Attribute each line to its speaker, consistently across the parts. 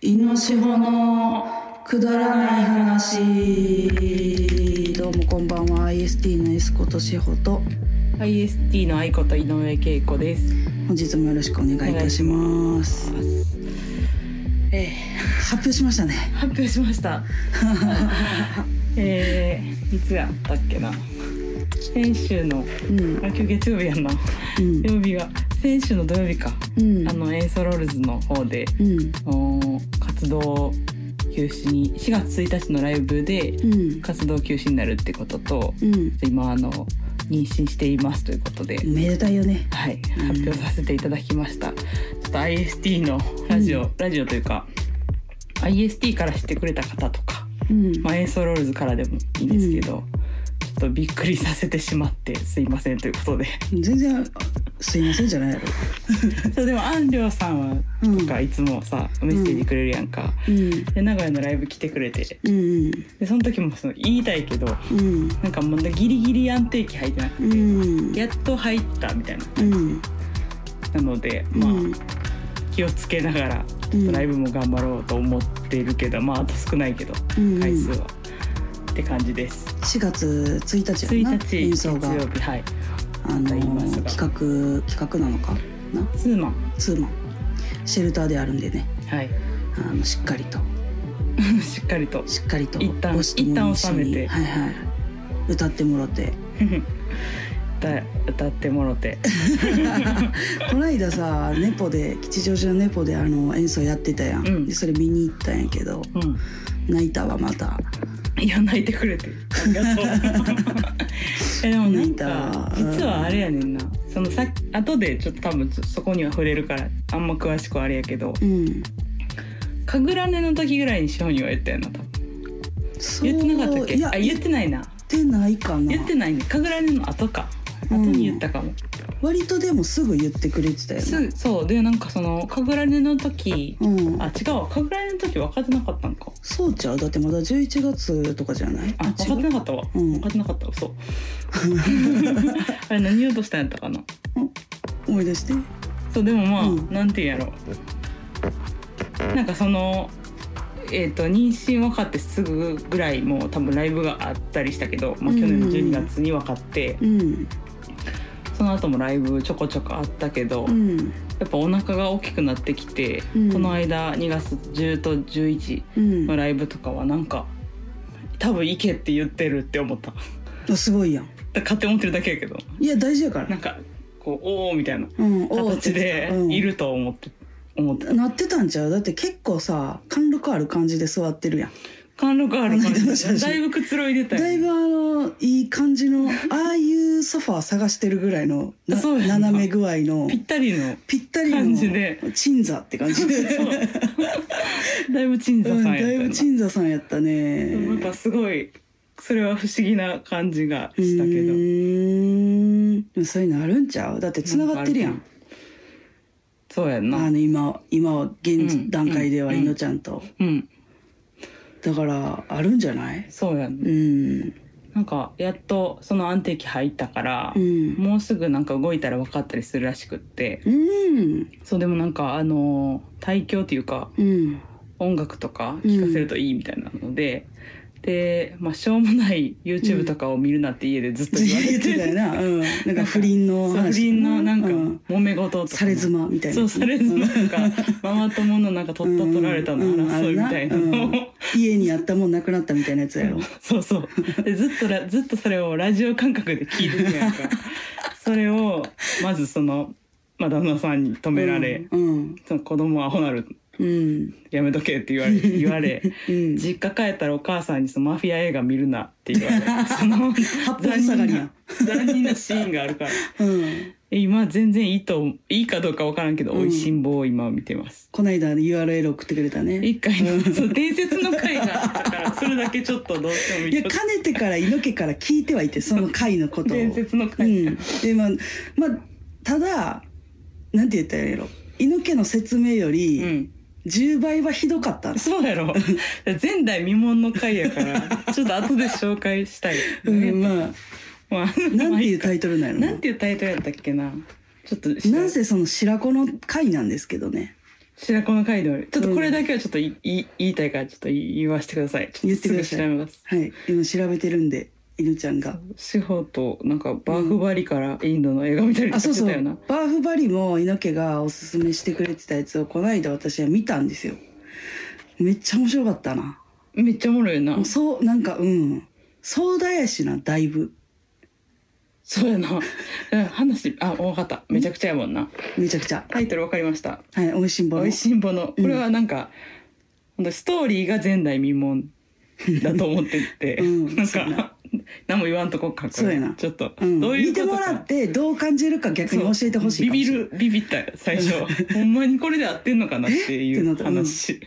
Speaker 1: イノシホのくだらない話どうもこんばんは IST のエスコとシホと
Speaker 2: IST の愛こと井上恵子です。
Speaker 1: 本日もよろしくお願いいたしますええ発表しましたね
Speaker 2: 発表しました。 えー、いつやったっけな。先週の
Speaker 1: うん
Speaker 2: あ今日月曜日やんな。
Speaker 1: うん
Speaker 2: 曜日が先週の土曜日か。
Speaker 1: うん
Speaker 2: あのエンソロールズの方で
Speaker 1: うん
Speaker 2: あの活動休止に4月1日のライブで
Speaker 1: うん
Speaker 2: 活動休止になるってことと
Speaker 1: うん
Speaker 2: 今あの妊娠していますということで。
Speaker 1: めでたいよね
Speaker 2: はい、
Speaker 1: うん
Speaker 2: 発表させていただきました。ちょっと IST のラジオ、
Speaker 1: う
Speaker 2: ラジオというか、IST から知ってくれた方とか、
Speaker 1: うん
Speaker 2: まあ、エンソロールズからでもいいんですけど、ちょっとびっくりさせてしまってすいませんということで。
Speaker 1: 全然すいませんじゃないやろ
Speaker 2: そうでも、安良さんは、
Speaker 1: うん
Speaker 2: とかいつもさ、メッセージくれるやんか。
Speaker 1: うん
Speaker 2: で、名古屋のライブ来てくれて、
Speaker 1: うん
Speaker 2: で、その時もその言いたいけど、
Speaker 1: うん
Speaker 2: なんかもうギリギリ安定期入ってなくて、
Speaker 1: うん
Speaker 2: やっと入ったみたいな。
Speaker 1: うん
Speaker 2: なので、まあ、気をつけながら
Speaker 1: うん
Speaker 2: ライブも頑張ろうと思っているけど、まああと少ないけど
Speaker 1: うん
Speaker 2: 回数は、って感じです。
Speaker 1: 4月1日や
Speaker 2: 1
Speaker 1: な
Speaker 2: 日
Speaker 1: 演
Speaker 2: 月
Speaker 1: 奏
Speaker 2: 曜
Speaker 1: が
Speaker 2: 日はい。
Speaker 1: あの
Speaker 2: と言いますが
Speaker 1: 企画企画なのかな
Speaker 2: ツーマン
Speaker 1: ツーマンシェルターであるんでね
Speaker 2: はい。
Speaker 1: あのしっかりと
Speaker 2: しっかりと
Speaker 1: しっかりと
Speaker 2: 一旦
Speaker 1: ご指導の一緒に
Speaker 2: 一旦収めて
Speaker 1: はいはい、歌ってもろ て
Speaker 2: 歌歌ってもろて、
Speaker 1: この間さネポで吉祥寺のネポであの演奏やってたやん、
Speaker 2: うん
Speaker 1: でそれ見に行ったんやけど
Speaker 2: う
Speaker 1: 泣いたわまた
Speaker 2: ん、いや泣いてくれてあ りがとう。えでもなん
Speaker 1: 泣い
Speaker 2: か
Speaker 1: た
Speaker 2: 実はあれやねんな。そのさ後でちょっと多分そこには触れるからあんま詳しくはあれやけど、
Speaker 1: うん
Speaker 2: 神楽音の時ぐらいに師匠には言ったよな多分。
Speaker 1: そう
Speaker 2: 言ってなかったっけ？
Speaker 1: いや
Speaker 2: あ
Speaker 1: 言
Speaker 2: 言
Speaker 1: っ
Speaker 2: ってないな。
Speaker 1: てないかな
Speaker 2: 言ってないね。神楽音の後か。後に言ったかも。
Speaker 1: 割とでもすぐ言ってくれてたよ
Speaker 2: す
Speaker 1: ね
Speaker 2: ぐそうでなんかその神楽音の時
Speaker 1: うん
Speaker 2: あ違うわ神楽音の時分かってなかったんか
Speaker 1: そうちゃうだってまだ11月とかじゃない
Speaker 2: あ分かってなかったわ、
Speaker 1: うん
Speaker 2: 分かってなかったそう あれ何言おうとしたんやったかな
Speaker 1: 思い出して
Speaker 2: そうでもまあ、
Speaker 1: うん
Speaker 2: なんて言うんやろなんかそのえー、と妊娠分かってすぐぐらいもう多分ライブがあったりしたけど、まあ、去年の12月に分かって、
Speaker 1: うん
Speaker 2: その後もライブちょこちょこあったけど、
Speaker 1: うん
Speaker 2: やっぱお腹が大きくなってきて、
Speaker 1: うん
Speaker 2: この間2月10と11
Speaker 1: うん
Speaker 2: のライブとかはなんか多分行けって言ってるって思っただか
Speaker 1: あすごいやん
Speaker 2: ら勝手に思ってるだけやけど
Speaker 1: いや大事やか
Speaker 2: な
Speaker 1: ら
Speaker 2: んかこうおおみたいな
Speaker 1: うんおー
Speaker 2: 形でいると思って、思って
Speaker 1: うんなってたんちゃうだって結構さ貫禄ある感じで座ってるやん
Speaker 2: 貫禄ある感
Speaker 1: この間の写
Speaker 2: じ
Speaker 1: 真
Speaker 2: だいぶくつろいでたよ
Speaker 1: だいぶあのいい感じの ああいうソファー探してるぐらいのな
Speaker 2: そうやんな
Speaker 1: 斜め具合の
Speaker 2: ぴったりの
Speaker 1: ぴったりの
Speaker 2: 感じで
Speaker 1: 鎮座って感じで
Speaker 2: そうだいぶ鎮座
Speaker 1: うん
Speaker 2: さん
Speaker 1: だ
Speaker 2: やった
Speaker 1: い
Speaker 2: よ
Speaker 1: ぶ
Speaker 2: な,、
Speaker 1: 鎮座さんやったね
Speaker 2: なんかすごいそれは不思議な感じが
Speaker 1: う
Speaker 2: したけど
Speaker 1: ーんでもそういうのあるんちゃうだってつながってるやん
Speaker 2: なんかそうやん
Speaker 1: あ
Speaker 2: な
Speaker 1: の今今は
Speaker 2: う
Speaker 1: 現
Speaker 2: ん
Speaker 1: 段階では
Speaker 2: うん
Speaker 1: いのちゃんと、
Speaker 2: うん
Speaker 1: だからあるんじゃない
Speaker 2: そうやんな
Speaker 1: うん
Speaker 2: なんかやっとその安定期入ったから、
Speaker 1: うん
Speaker 2: もうすぐなんか動いたら分かったりするらしくって
Speaker 1: うん
Speaker 2: そうでもなんかあのー体調っていうか
Speaker 1: うん
Speaker 2: 音楽とか聴かせるといいみたいなので、で、まあ、しょうもない YouTube とかを見るなって家でずっと言わ
Speaker 1: 言
Speaker 2: れ
Speaker 1: っててたよな、うん、なんか不倫の
Speaker 2: そう
Speaker 1: 話
Speaker 2: 不倫のなんか
Speaker 1: うん
Speaker 2: 揉め事とかも
Speaker 1: され妻みたいな
Speaker 2: そうされ妻とかママ友のなんか取った取られたの
Speaker 1: うん
Speaker 2: 争いみたいなのを、
Speaker 1: うんあるなうん家にあったもんなくなったみたいなやつやろ
Speaker 2: そうそうでずっとらずっとそれをラジオ感覚で聞いてるや んかそれをまずその、まあ、旦那さんに止められ、
Speaker 1: うん
Speaker 2: その子供アホなる
Speaker 1: うん
Speaker 2: やめとけって言わ れ言われ
Speaker 1: うん
Speaker 2: 実家帰ったらお母さんにそのマフィア映画見るなって言われその
Speaker 1: 八方塞がりやん
Speaker 2: 残忍なシーンがあるから
Speaker 1: うん
Speaker 2: え今全然いいといいかどうかわからんけど「
Speaker 1: うん
Speaker 2: おいしん坊」を今見てます。
Speaker 1: こないだ URL 送ってくれたね
Speaker 2: 一回のそう伝説の回があったからそれだけちょっとどうしても
Speaker 1: い
Speaker 2: 見
Speaker 1: や
Speaker 2: と
Speaker 1: か
Speaker 2: く
Speaker 1: ねてから猪木から聞いてはいてその回のことを
Speaker 2: 伝説の
Speaker 1: う
Speaker 2: 回、
Speaker 1: ん、でまあ、まあ、ただなんて言ったらいいやろ猪木の説明よ
Speaker 2: う
Speaker 1: り
Speaker 2: ん
Speaker 1: 10倍はひどかったんです、
Speaker 2: そうやろ前代未聞の回 やからちょっと後で紹介したい、
Speaker 1: うんまあ、
Speaker 2: まあ、
Speaker 1: なんて
Speaker 2: ま
Speaker 1: いうタイトルなの
Speaker 2: あなんていうタイトルやったっけなちょっと
Speaker 1: なんせその白子の回なんですけどね
Speaker 2: 白子の街道よりちょっとこれだけはちょっとい、い言いたいからちょっと言わせてくださいちょっとすぐ調べます
Speaker 1: はい今調べてるんで犬ちゃんが
Speaker 2: 司法となんかバーフバリからインドの映画見たりと
Speaker 1: あ
Speaker 2: か
Speaker 1: そう
Speaker 2: して
Speaker 1: そう
Speaker 2: たよな
Speaker 1: バーフバリも猪木がおすすめしてくれてたやつをこの間私は見たんですよめっちゃ面白かったな
Speaker 2: めっちゃおもろいよな
Speaker 1: もうそうなんかうん壮大やしなだいぶ
Speaker 2: そうやなうん話あ分かっためちゃくちゃやもんな
Speaker 1: めちゃくちゃ
Speaker 2: タイトル分かりました
Speaker 1: はい美味しん
Speaker 2: 「
Speaker 1: ぼ
Speaker 2: お
Speaker 1: の
Speaker 2: いしんぼの」これはなんか、ほんとストーリーが前代未聞だと思ってて、
Speaker 1: うん
Speaker 2: なん
Speaker 1: そうやな
Speaker 2: か何も言わんとこっかこれ
Speaker 1: そうやな
Speaker 2: ちょっと、
Speaker 1: うん、
Speaker 2: どういう
Speaker 1: 見て
Speaker 2: こと
Speaker 1: も
Speaker 2: から
Speaker 1: ってどう感じるか逆に教えてほしい
Speaker 2: ビ
Speaker 1: かも
Speaker 2: ビ
Speaker 1: しれない
Speaker 2: るビビった最初ほんまにこれで合ってんのかなってい
Speaker 1: えっ
Speaker 2: う
Speaker 1: てなった
Speaker 2: 話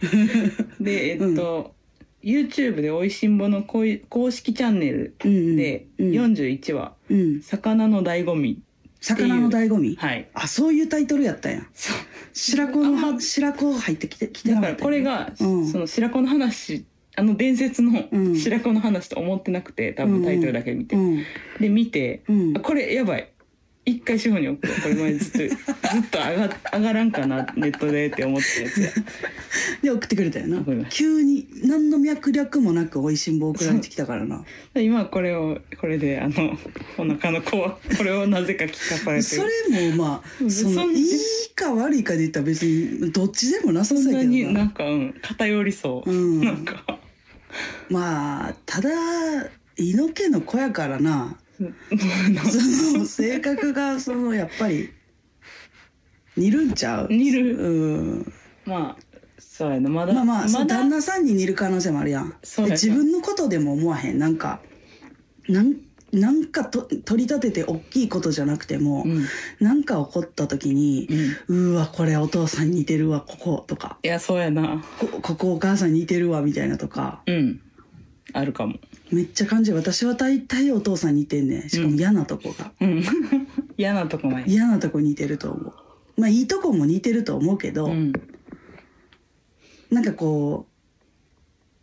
Speaker 2: でえっと、YouTube で「おいしんぼ」のこい公式チャンネル
Speaker 1: うんうん
Speaker 2: で
Speaker 1: うん
Speaker 2: 41話
Speaker 1: う
Speaker 2: 「
Speaker 1: ん、
Speaker 2: 魚の醍醐味
Speaker 1: 魚の醍醐味」
Speaker 2: はい
Speaker 1: あそういうタイトルやったんや
Speaker 2: そう
Speaker 1: 白子の
Speaker 2: あん
Speaker 1: は白子入ってきてきて
Speaker 2: だ
Speaker 1: なかっ
Speaker 2: から
Speaker 1: た
Speaker 2: これが、
Speaker 1: うん
Speaker 2: その白子の話あの伝説の
Speaker 1: うん
Speaker 2: 白子の話と思ってなくて多
Speaker 1: うん
Speaker 2: 分タイトルだけ見て、
Speaker 1: うん
Speaker 2: で見て、
Speaker 1: うん
Speaker 2: あこれやばい一回志保に送るこれ前ずっと ずっと上が上がらんかなネットでって思ってたやつや
Speaker 1: で送ってくれたよな
Speaker 2: 送りまし
Speaker 1: 急に何の脈略もなく美味しんぼ送られてきたからな
Speaker 2: で今これをこれであのお腹の子はこれをなぜか聞かされて
Speaker 1: そ
Speaker 2: る
Speaker 1: れもま
Speaker 2: う
Speaker 1: あ
Speaker 2: ん
Speaker 1: そ
Speaker 2: そ
Speaker 1: の
Speaker 2: ん
Speaker 1: いいか悪いかで言ったら別にどっちでもなさ
Speaker 2: そ
Speaker 1: そうんや
Speaker 2: な
Speaker 1: け
Speaker 2: に
Speaker 1: どな
Speaker 2: なんか、うん、偏りそう、
Speaker 1: うん
Speaker 2: なんか
Speaker 1: まあただ猪毛の子やから なその性格がそのやっぱり似るんちゃう
Speaker 2: 似る
Speaker 1: うん
Speaker 2: まあそうやなまだ
Speaker 1: まあまあそう
Speaker 2: まだ
Speaker 1: 旦那さんに似る可能性もあるやん
Speaker 2: そう
Speaker 1: で
Speaker 2: やな
Speaker 1: 自分のことでも思わへんなんかなんなんかと取り立てて大きいことじゃなくても、
Speaker 2: うん、うん、い
Speaker 1: なんか起こった時に、うわこれお父さん似てるわこことか
Speaker 2: やそうやな
Speaker 1: こここお母さん似てるわみたいなとか
Speaker 2: うんあるかも
Speaker 1: めっちゃ感じる私は大体お父さん似てんねんしかも嫌なとこが、
Speaker 2: うん 嫌なとこまで
Speaker 1: 嫌なとこ似てると思うまあいいとこも似てると思うけど、
Speaker 2: うん
Speaker 1: なんかこ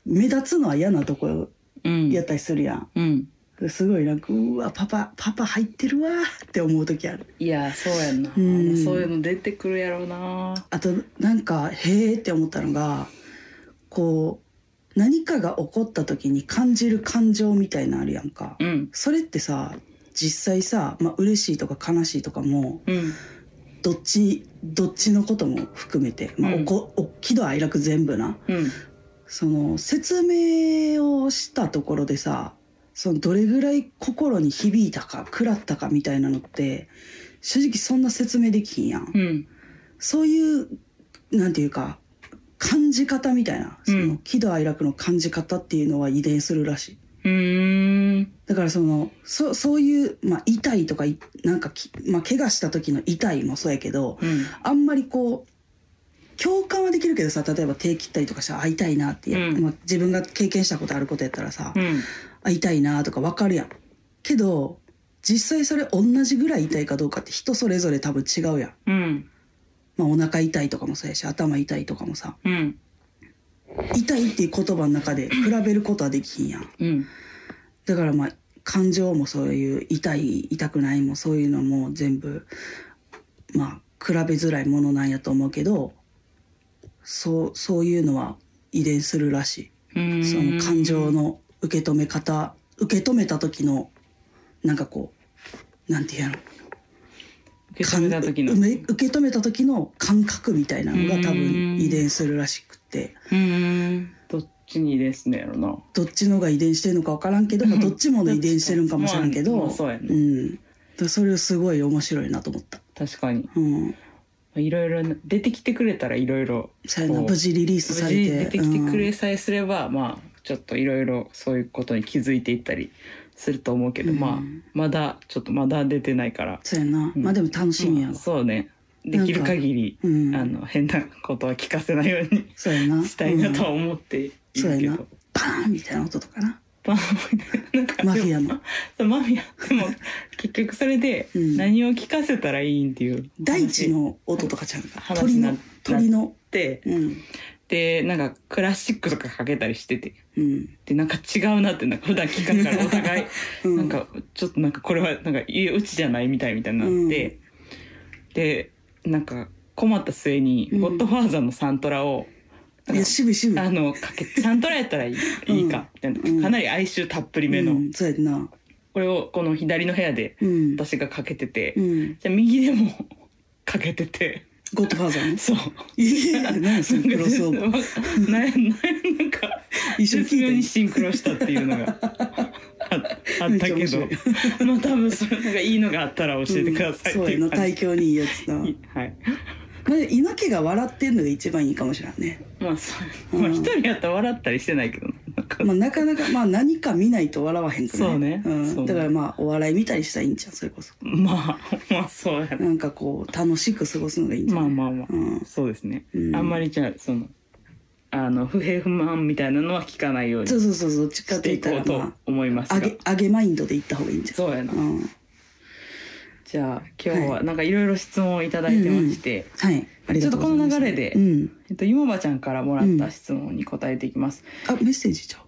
Speaker 1: う目立つのは嫌なとこ
Speaker 2: うん
Speaker 1: やったりするやん、
Speaker 2: うん
Speaker 1: すごいなんかうわパパパパ入ってるわーって思う時ある
Speaker 2: いやそうやんな、
Speaker 1: うん
Speaker 2: そういうの出てくるやろうな
Speaker 1: あとなんかへーって思ったのがこう何かが起こった時に感じる感情みたいなのあるやんか
Speaker 2: うん
Speaker 1: それってさ実際さ、まあ嬉しいとか悲しいとかも
Speaker 2: うん
Speaker 1: どっちどっちのことも含めて、まあ、
Speaker 2: うん
Speaker 1: おこお喜怒哀楽全部な
Speaker 2: うん
Speaker 1: その説明をしたところでさそのどれぐらい心に響いたか食らったかみたいなのって正直そんな説明できひんやん。
Speaker 2: うん
Speaker 1: そういうなんていうか感じ方みたいなその、
Speaker 2: うん
Speaker 1: 喜怒哀楽の感じ方っていうのは遺伝するらしいう
Speaker 2: ーん
Speaker 1: だからそのそそういう、まあ、痛いとかいなんかき、まあ、怪我した時の痛いもそうやけど
Speaker 2: うん
Speaker 1: あんまりこう共感はできるけどさ例えば手切ったりとかしたらあ痛いなってや、
Speaker 2: うん
Speaker 1: まあ、自分が経験したことあることやったらさ、
Speaker 2: うん
Speaker 1: あ痛いなとかわかるやんけど実際それ同じぐらい痛いかどうかって人それぞれ多分違うやん、
Speaker 2: うん
Speaker 1: まあ、お腹痛いとかもそうやし頭痛いとかもさ
Speaker 2: うん
Speaker 1: 痛いっていう言葉の中で比べることはできひんやん
Speaker 2: うん
Speaker 1: だからまあ感情もそういう痛い痛くないもそういうのも全部まあ比べづらいものなんやと思うけどそうそういうのは遺伝するらし
Speaker 2: うー
Speaker 1: い
Speaker 2: ん
Speaker 1: その感情の受け止め方受け止めた時のなんかこうなんていうの
Speaker 2: 受け止めた時の
Speaker 1: 感受け受け止めた時の感覚みたいなのが多分遺伝するらしくって。
Speaker 2: うんどっちにですねやろな
Speaker 1: どっちのが遺伝してるのか分からんけど、まあ
Speaker 2: うん
Speaker 1: どっちも遺伝してるんかもしれんけど、
Speaker 2: まあまあそうやね
Speaker 1: ん、だからそれすごい面白いなと思った、
Speaker 2: 確かに
Speaker 1: うん、
Speaker 2: いろいろな出てきてくれたらいろいろ
Speaker 1: さよな
Speaker 2: こう
Speaker 1: 無事リリース
Speaker 2: 無
Speaker 1: さ
Speaker 2: 事
Speaker 1: れ
Speaker 2: に
Speaker 1: て
Speaker 2: 出てきてくれさえすれば、まあちょっといろいろそういうことに気づいていったりすると思うけど、
Speaker 1: うん
Speaker 2: まあまだちょっとまだ出てないから
Speaker 1: そうやな、
Speaker 2: うん
Speaker 1: まあでも楽しみや
Speaker 2: ま
Speaker 1: わ
Speaker 2: あそうねできる限り
Speaker 1: うん
Speaker 2: あの変なことは聞かせないように
Speaker 1: そうやな
Speaker 2: したいなとは
Speaker 1: うん
Speaker 2: 思っているけ
Speaker 1: そうやな
Speaker 2: ど、
Speaker 1: バーンみたいな音とかな
Speaker 2: まあなんかでも
Speaker 1: マフィアの
Speaker 2: そうマフィア でも結局それで
Speaker 1: うん
Speaker 2: 何を聞かせたらいいんっていう
Speaker 1: 大地の音とかちゃうか
Speaker 2: 話
Speaker 1: 鳥
Speaker 2: にな
Speaker 1: の鳥の
Speaker 2: で
Speaker 1: うん
Speaker 2: でなんかクラシックとかかけたりしてて
Speaker 1: うん
Speaker 2: でなんか違うなってなんか普段聞かんからお互い
Speaker 1: うん
Speaker 2: なんかちょっとなんかこれはなんかいうちじゃないみたいみたいになって、でなんか困った末に「
Speaker 1: うん
Speaker 2: ゴッドファーザー」のサントラを、
Speaker 1: いや渋い渋い
Speaker 2: あのか けサントラやったらいいいいかみたいな、
Speaker 1: うん
Speaker 2: かなり哀愁たっぷりめの、
Speaker 1: うん、そうやんな
Speaker 2: これをこの左の部屋で
Speaker 1: うん、
Speaker 2: 私がかけてて、
Speaker 1: うん、
Speaker 2: じゃあ右でも かけてて
Speaker 1: ゴッドファーザーの
Speaker 2: そう
Speaker 1: いや何やそのクロスオーバー
Speaker 2: なんやなんか
Speaker 1: 一緒に
Speaker 2: 絶妙
Speaker 1: 聞
Speaker 2: に
Speaker 1: い
Speaker 2: シンクロしたっていうのがああった
Speaker 1: め
Speaker 2: け
Speaker 1: っちゃ
Speaker 2: ど
Speaker 1: 面
Speaker 2: まあ多分それなんかいいのがあったら教え
Speaker 1: て
Speaker 2: てくださいって
Speaker 1: そう
Speaker 2: い
Speaker 1: や
Speaker 2: う
Speaker 1: な
Speaker 2: 感じ
Speaker 1: 対響にいいやつだ、ま
Speaker 2: はい
Speaker 1: あ、稲毛が笑ってんのが一番いいかもしれない ね、
Speaker 2: まあそう、
Speaker 1: うん
Speaker 2: まあ一人やったら笑ったりしてないけどななんか
Speaker 1: まあ、なかなか、まあ、何か見ないと笑わへんくない
Speaker 2: そうね
Speaker 1: ん
Speaker 2: そう
Speaker 1: だからまあお笑い見たりしたらいいんじゃんそれこそ
Speaker 2: まあまあそうやな
Speaker 1: なんかこう楽しく過ごすのがいいんじゃ
Speaker 2: ま
Speaker 1: ん、
Speaker 2: あまあまあ
Speaker 1: うん
Speaker 2: そうですね、
Speaker 1: うん
Speaker 2: あんまりじゃあそのあの不平不満みたいなのは聞かないように
Speaker 1: そう
Speaker 2: し
Speaker 1: そうそうそうどっちかって
Speaker 2: て
Speaker 1: 言っ
Speaker 2: いこ
Speaker 1: たら
Speaker 2: うと
Speaker 1: ま
Speaker 2: 思います
Speaker 1: あ
Speaker 2: が
Speaker 1: 上げ上げマインドで行った方がいいんじゃん
Speaker 2: そうやな
Speaker 1: うん、
Speaker 2: じゃあ今日
Speaker 1: は
Speaker 2: はなんかいろいろ質問をいただいてまして、
Speaker 1: はいありがとうございます
Speaker 2: ちょっとこの流れで
Speaker 1: うん、
Speaker 2: えっと、ゆもばちゃんからもらった質問に答えていきます。
Speaker 1: あメッセージじゃん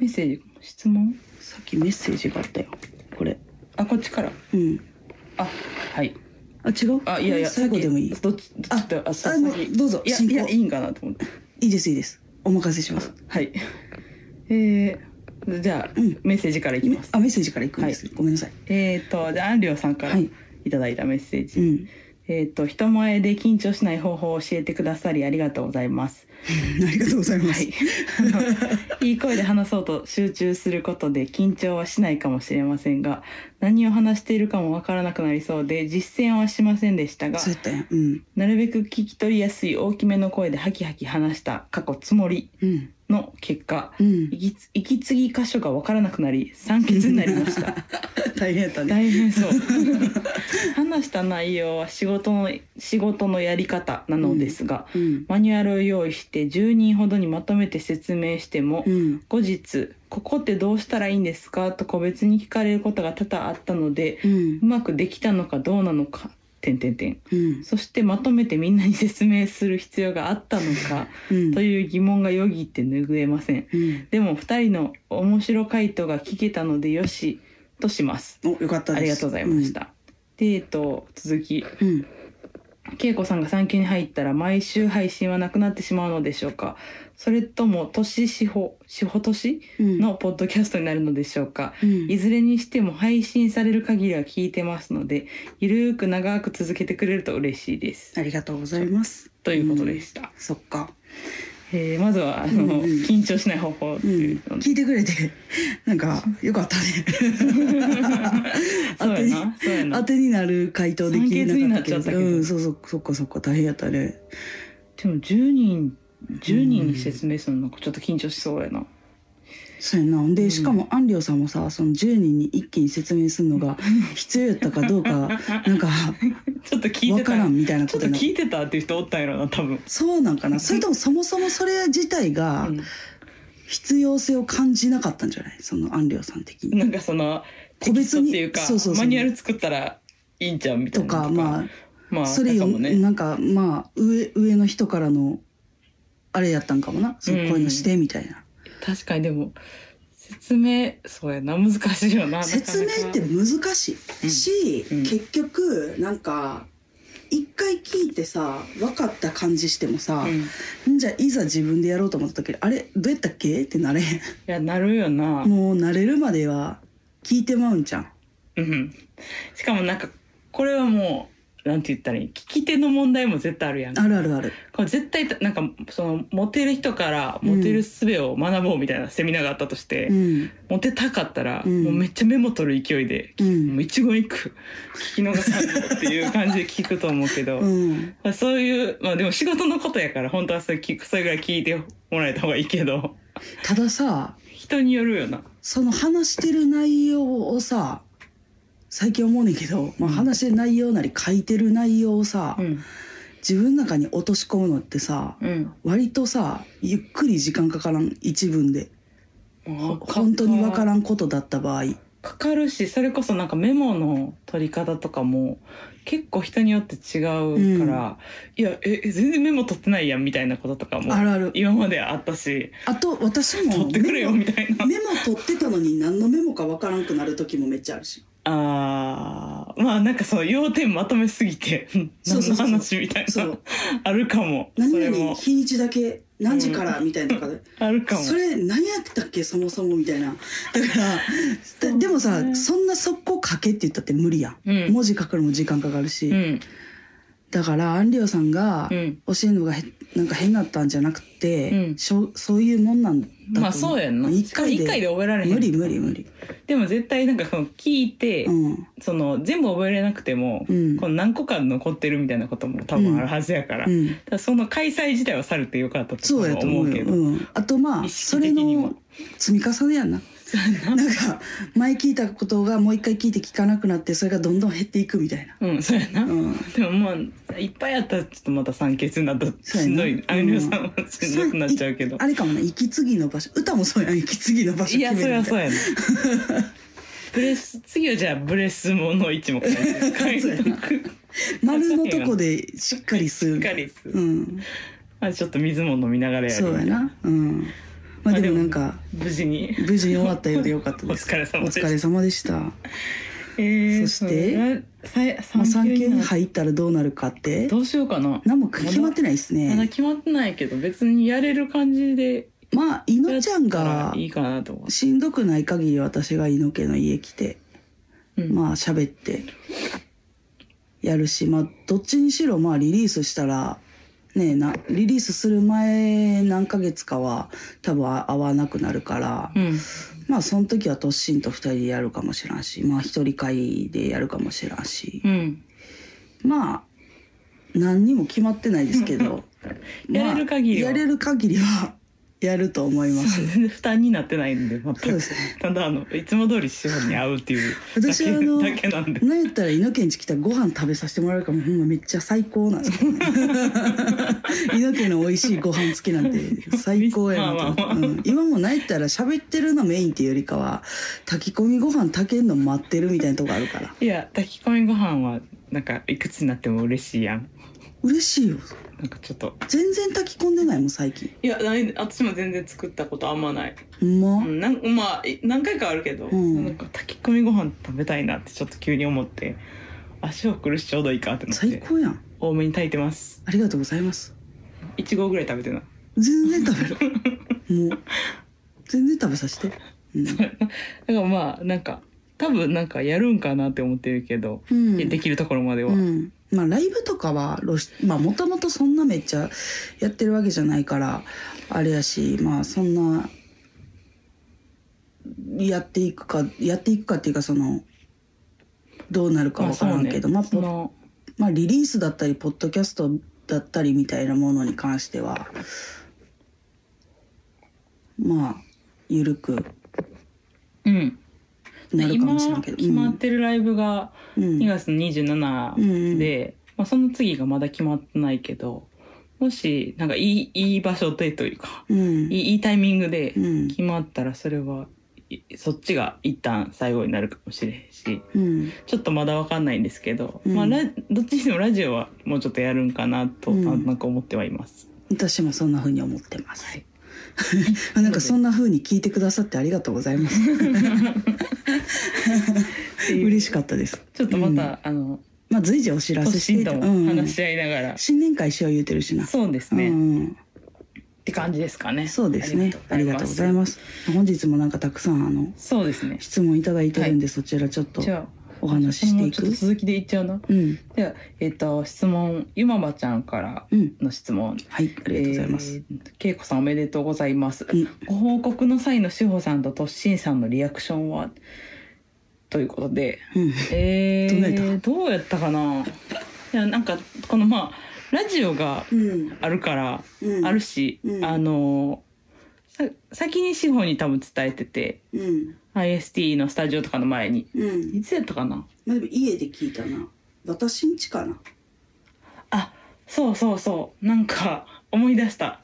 Speaker 2: メッセージ、質問
Speaker 1: さっきメッセージがあったよこれ
Speaker 2: あ、こっちから。
Speaker 1: うん
Speaker 2: あ、はい。
Speaker 1: あ違う
Speaker 2: あ、いやいや、
Speaker 1: 最後でもいい
Speaker 2: さっきどっち、どっちだあ、さ
Speaker 1: あ
Speaker 2: 先
Speaker 1: もうどうぞ
Speaker 2: いや、
Speaker 1: 進
Speaker 2: い
Speaker 1: 行
Speaker 2: や、いいんかなと思って。
Speaker 1: いいですいいですお任せします
Speaker 2: はい。えー、じゃあ、
Speaker 1: うん
Speaker 2: メッセージからいきます。
Speaker 1: あメッセージから行くんです、ごめんなさい
Speaker 2: えーと、じゃあ、アンリョさんから
Speaker 1: はい
Speaker 2: いただいたメッセージ。
Speaker 1: う ん
Speaker 2: えーと、人前で緊張しない方法を教えてくださりありがとうございます。
Speaker 1: ありがとうございま
Speaker 2: は
Speaker 1: す
Speaker 2: い、あのいい声で話そうと集中することで緊張はしないかもしれませんが何を話しているかもわからなくなりそうで実践はしませんでしたが
Speaker 1: そうやったやんうん
Speaker 2: なるべく聞き取りやすい大きめの声でハキハキ話した過去つもり
Speaker 1: うん
Speaker 2: の結果
Speaker 1: うん
Speaker 2: 息つ息継ぎ箇所がわからなくなり酸欠になりました
Speaker 1: 大変やったね
Speaker 2: 大変そう話した内容は仕事の仕事のやり方なのですが、
Speaker 1: うん
Speaker 2: マニュアルを用意して10人ほどにまとめて説明しても、
Speaker 1: うん
Speaker 2: 後日「ここってどうしたらいいんですか?」と個別に聞かれることが多々あったので
Speaker 1: う
Speaker 2: うんまくできたのかどうなのか。てんてんてん
Speaker 1: うん
Speaker 2: そしてまとめてみんなに説明する必要があったのか
Speaker 1: うん
Speaker 2: という疑問がよぎって拭えません
Speaker 1: うん
Speaker 2: でも2人の面白回答が聞けたのでよしとします
Speaker 1: およかったです
Speaker 2: ありがとうございました、でえっと続き
Speaker 1: うんうん
Speaker 2: 恵子さんが産休に入ったら毎週配信はなくなってしまうのでしょうかそれとも年志保志保年
Speaker 1: うん
Speaker 2: のポッドキャストになるのでしょうか
Speaker 1: うん
Speaker 2: いずれにしても配信される限りは聞いてますのでゆるーく長く続けてくれると嬉しいです
Speaker 1: ありがとうございます
Speaker 2: ということでした、
Speaker 1: そっか
Speaker 2: えーまずはあの、
Speaker 1: うんうん
Speaker 2: 緊張しない方法って
Speaker 1: うん
Speaker 2: いうの、
Speaker 1: 聞いてくれて なんかよかったね
Speaker 2: そうやなそうや
Speaker 1: 当
Speaker 2: な
Speaker 1: てになる回答できなかったけど
Speaker 2: 酸欠になっちゃったけど
Speaker 1: うんそうそうそっかそっか大変やったね
Speaker 2: でも10人10人に説明するのなんかちょっと緊張しそうやな、
Speaker 1: そうやな
Speaker 2: う
Speaker 1: で
Speaker 2: ん
Speaker 1: しかもアンリョさんもさその10人に一気に説明するのが必要やったかどう かなんか
Speaker 2: ちょっと聞い
Speaker 1: 分
Speaker 2: て
Speaker 1: か
Speaker 2: た
Speaker 1: らんみたいな
Speaker 2: ちょ
Speaker 1: こ
Speaker 2: っ
Speaker 1: とにな
Speaker 2: と聞いてたっていう人おったんやろな多分、
Speaker 1: そうなんかなそれともそもそもそれ自体が
Speaker 2: うん
Speaker 1: 必要性を感じなかったんじゃないそのアンリョさん的に。
Speaker 2: なんかその
Speaker 1: 個
Speaker 2: 個
Speaker 1: 別
Speaker 2: 別
Speaker 1: に
Speaker 2: にっていうか
Speaker 1: そうそうそう
Speaker 2: マニュアル作ったらいいんちゃうみたい
Speaker 1: と
Speaker 2: な
Speaker 1: かま
Speaker 2: ま
Speaker 1: あ
Speaker 2: あ
Speaker 1: それよ、
Speaker 2: もね
Speaker 1: なんかまあ上上の人からのあれやったんかもなそうこういうのしてみたいな。
Speaker 2: 確かにでも説明そうやな難しいよな
Speaker 1: 説明って
Speaker 2: なか
Speaker 1: 難しいし、
Speaker 2: うんうん
Speaker 1: 結局なんか一回聞いてさ分かった感じしても
Speaker 2: な
Speaker 1: さ
Speaker 2: か、うんい
Speaker 1: んじゃあいざ自分でやろうと思った時にあれどうやったっけってなれへん
Speaker 2: やなるよな
Speaker 1: もう慣れるまでは聞いてまうんじゃん
Speaker 2: うんしかもなんかこれはもうなんて言ったらいい聞き手の問題も絶対あるやん
Speaker 1: あるあるある
Speaker 2: これ絶対なんかそのモテる人からモテる術を学ぼうみたいなセミナーがあったとして、
Speaker 1: うん
Speaker 2: モテたかったら、
Speaker 1: うん
Speaker 2: もうめっちゃメモ取る勢いで、
Speaker 1: うん
Speaker 2: もう一言一句聞き逃さんっていう感じで聞くと思うけど、
Speaker 1: うん
Speaker 2: まあ、そういうまあでも仕事のことやから本当はそれ聞くそれぐらい聞いてもらえた方がいいけど
Speaker 1: たださ
Speaker 2: 人によるよな
Speaker 1: その話してる内容をさ最近思うねんけど、まあ、
Speaker 2: うん
Speaker 1: 話してる内容なり書いてる内容をさ、
Speaker 2: ん
Speaker 1: 自分の中に落とし込むのってさ
Speaker 2: うん
Speaker 1: 割とさゆっくり時間かからん一文で本当に分から
Speaker 2: ん
Speaker 1: んことだった場合
Speaker 2: かかるしそれこそなんかメモの取り方とかも結構人によって違うから、いやええ全然メモ取ってないやんみたいなこととかも
Speaker 1: あるある
Speaker 2: 今まであったし
Speaker 1: あと私も
Speaker 2: 取ってくれよみたいな
Speaker 1: メモメモ取ってたのに何のメモか分からんくなる時もめっちゃあるし
Speaker 2: あーまあなんかその要点まとめすぎてうん
Speaker 1: そうそうそうそう
Speaker 2: 何の話みたい
Speaker 1: そ
Speaker 2: な
Speaker 1: う
Speaker 2: あるかもそ
Speaker 1: 何
Speaker 2: れ
Speaker 1: 々
Speaker 2: も
Speaker 1: 日にちだけ何時からみたいな感じで
Speaker 2: あ るかも
Speaker 1: それ何やったっけそもそもみたいなだから
Speaker 2: う
Speaker 1: だ
Speaker 2: ね
Speaker 1: でもさそんな速攻書けって言ったって無理やん、
Speaker 2: うん
Speaker 1: 文字書くのも時間かかるし、
Speaker 2: うん
Speaker 1: だからアンリオさんが
Speaker 2: うん
Speaker 1: 教えるのがへなんか変だったんじゃなくて、
Speaker 2: うん
Speaker 1: しょそういうもんなんだと思
Speaker 2: まあそうやんな
Speaker 1: 一回で
Speaker 2: 一回で覚えられへん
Speaker 1: 無理無理無理
Speaker 2: でも絶対なんかその聞いて、
Speaker 1: うん
Speaker 2: その全部覚えれなくても、
Speaker 1: うん
Speaker 2: この何個か残ってるみたいなことも多分あるはずやから,、
Speaker 1: うん
Speaker 2: その開催自体はされてよかったと
Speaker 1: そうやと
Speaker 2: 思
Speaker 1: 思
Speaker 2: う
Speaker 1: う
Speaker 2: け
Speaker 1: よ、
Speaker 2: ど、
Speaker 1: うん、あとまあ
Speaker 2: 意
Speaker 1: そ
Speaker 2: 識
Speaker 1: れ
Speaker 2: 的にも
Speaker 1: の積み重ねやんななんか前聞いたことがもう一回聞いて聞かなくなってそれがどんどん減っていくみたいな、
Speaker 2: うんそうや
Speaker 1: う
Speaker 2: な、
Speaker 1: ん、
Speaker 2: でもまあいっぱいあったらちょっとまた酸欠になったら
Speaker 1: そう
Speaker 2: し
Speaker 1: や
Speaker 2: ん
Speaker 1: な
Speaker 2: どいアイヌさんはしんどくなっちゃうけど
Speaker 1: あれかもね息継ぎの場所歌もそうやん息継ぎの場所
Speaker 2: いやそりゃそう
Speaker 1: や
Speaker 2: やなブレス次はじゃあブレスモの一目
Speaker 1: そうやな丸のとこでしっかりす
Speaker 2: しっ
Speaker 1: る
Speaker 2: かりす
Speaker 1: うん
Speaker 2: あちょっと水も飲みながらやる
Speaker 1: そうやなうんまあでもなんか
Speaker 2: 無事に
Speaker 1: 無事に終わったようでよかったです
Speaker 2: お疲れ様
Speaker 1: お
Speaker 2: でした
Speaker 1: 疲れ様でしたも
Speaker 2: えー
Speaker 1: そして
Speaker 2: それがさ
Speaker 1: う産
Speaker 2: 産
Speaker 1: 休
Speaker 2: 休
Speaker 1: に
Speaker 2: に入っ
Speaker 1: 入ったらどうなるかって
Speaker 2: どうしようかな
Speaker 1: 何も決まってないです
Speaker 2: まだ
Speaker 1: ね
Speaker 2: 決まってないけど別にやれる感じで
Speaker 1: まあいの
Speaker 2: やっ
Speaker 1: ちゃん
Speaker 2: たら
Speaker 1: が
Speaker 2: いいかなと思
Speaker 1: しんどくない限り私が猪木の家来て
Speaker 2: う、うん
Speaker 1: まあ喋ってやるしまあどっちにしろまあリリースしたらねえなリリースする前何ヶ月かは多分会わなくなるから、
Speaker 2: うん
Speaker 1: まあその時はトッシンと2人でやるかもしらんしまあ一人会でやるかもしらんし
Speaker 2: う、ん
Speaker 1: まあ何にも決まってないですけ ど
Speaker 2: やれる限りは
Speaker 1: まあやれる限りはやると思います。
Speaker 2: 全然負担になってないんで全
Speaker 1: そうで
Speaker 2: く
Speaker 1: すね
Speaker 2: ただあのいつも通り志保に会うっていうだ
Speaker 1: 私
Speaker 2: け
Speaker 1: はあの
Speaker 2: だけなんで
Speaker 1: なんやったら猪木んち来たらご飯食べさせてもらえるからほんまめっちゃ最高なん ですよ猪木の美味しいご飯付きなんて最高やなと思って
Speaker 2: まあまあまあ
Speaker 1: うん今もなんやったら喋ってるのメインっていうよりかは炊き込みご飯炊けるの待ってるみたいなとこあるから
Speaker 2: いや炊き込みご飯はなんかいくつになっても嬉しいやん
Speaker 1: 嬉しいよ
Speaker 2: なんかちょっと
Speaker 1: 全然炊き込んでないもん最近
Speaker 2: いやない私も全然作ったことあんまない、
Speaker 1: ほんま、
Speaker 2: うん、なんまあい何回かあるけど、
Speaker 1: うん
Speaker 2: なんか炊き込みご飯食べたいなってちょっと急に思って足を苦しちょうどいいかってなっ
Speaker 1: 最
Speaker 2: て
Speaker 1: 高やん
Speaker 2: 多めに炊いてます
Speaker 1: ありがとうございます
Speaker 2: 1合ぐらい食べてな
Speaker 1: 全然食べるもう全然食べさせてうん、
Speaker 2: だからまあなんか多分なんかやるんかなって思ってるけど、
Speaker 1: うん
Speaker 2: いやできるところまでは、
Speaker 1: うん、まあライブとかは露出まあもともとそんなめっちゃやってるわけじゃないからあれやしまあそんなやっていくかやっていくかっていうかそのどうなるか
Speaker 2: まあ
Speaker 1: わからんけど、まあ
Speaker 2: そうねそ
Speaker 1: ポッ
Speaker 2: の
Speaker 1: まあリリースだったりポッドキャストだったりみたいなものに関してはまあ緩く
Speaker 2: うん
Speaker 1: なるか
Speaker 2: 今
Speaker 1: もしれんけど。
Speaker 2: 決まってるライブが
Speaker 1: うん
Speaker 2: 2月の27
Speaker 1: うん
Speaker 2: で、まあ、その次がまだ決まってないけどもしなんかいいいい場所でというか
Speaker 1: うん
Speaker 2: いいいいタイミングで
Speaker 1: うん
Speaker 2: 決まったらそれはいそっちが一旦最後になるかもしれへんし
Speaker 1: うん
Speaker 2: ちょっとまだわかんないんですけど、
Speaker 1: うん
Speaker 2: まあ、ラどっちにしてもラジオはもうちょっとやるんかなと
Speaker 1: うん
Speaker 2: なんか思ってはいます。
Speaker 1: 私もそんな風に思ってます。
Speaker 2: はい
Speaker 1: なんかそんな風に聞いてくださってありがとうございます。嬉しかったです。
Speaker 2: ちょっとま
Speaker 1: うん
Speaker 2: た、あの
Speaker 1: まあ随時お知ら
Speaker 2: 都
Speaker 1: せして
Speaker 2: 心
Speaker 1: いた
Speaker 2: と
Speaker 1: う
Speaker 2: も
Speaker 1: ん
Speaker 2: 話し合いながら、
Speaker 1: 新年会しよう言うてるしな。
Speaker 2: そうです
Speaker 1: う
Speaker 2: ね、っ
Speaker 1: ん、
Speaker 2: て感じですかね。
Speaker 1: そうですね。ありがとうござい
Speaker 2: す。
Speaker 1: ます。本日もなんかたくさんあの
Speaker 2: そうですね。
Speaker 1: 質問いただいてるんで、そちらちょっと
Speaker 2: じゃあ
Speaker 1: お話ししてい
Speaker 2: もうちょっと
Speaker 1: く。
Speaker 2: 続きでいっちゃうな。
Speaker 1: うん、
Speaker 2: では、えっ、と、質問、ゆまばちゃんから
Speaker 1: うん、
Speaker 2: の質問。
Speaker 1: はい、ありがとうございます。
Speaker 2: えー。けいこさんおめでとうございます。
Speaker 1: うん
Speaker 2: ご報告の際のしほさんととっしんさんのリアクションはということで、
Speaker 1: うん、
Speaker 2: え
Speaker 1: どうやった
Speaker 2: ー、どうやったか な。いやなんかこのまあラジオが
Speaker 1: うん、
Speaker 2: あるから、
Speaker 1: うん、
Speaker 2: あるし、
Speaker 1: うん
Speaker 2: あのさ先にしほに多分伝えてて、
Speaker 1: うん、
Speaker 2: IST のスタジオとかの前に
Speaker 1: うん
Speaker 2: い。つやったかな。
Speaker 1: まあ、でも家で聞いたな。私んちかな。
Speaker 2: あそうそうそうなんか思い出した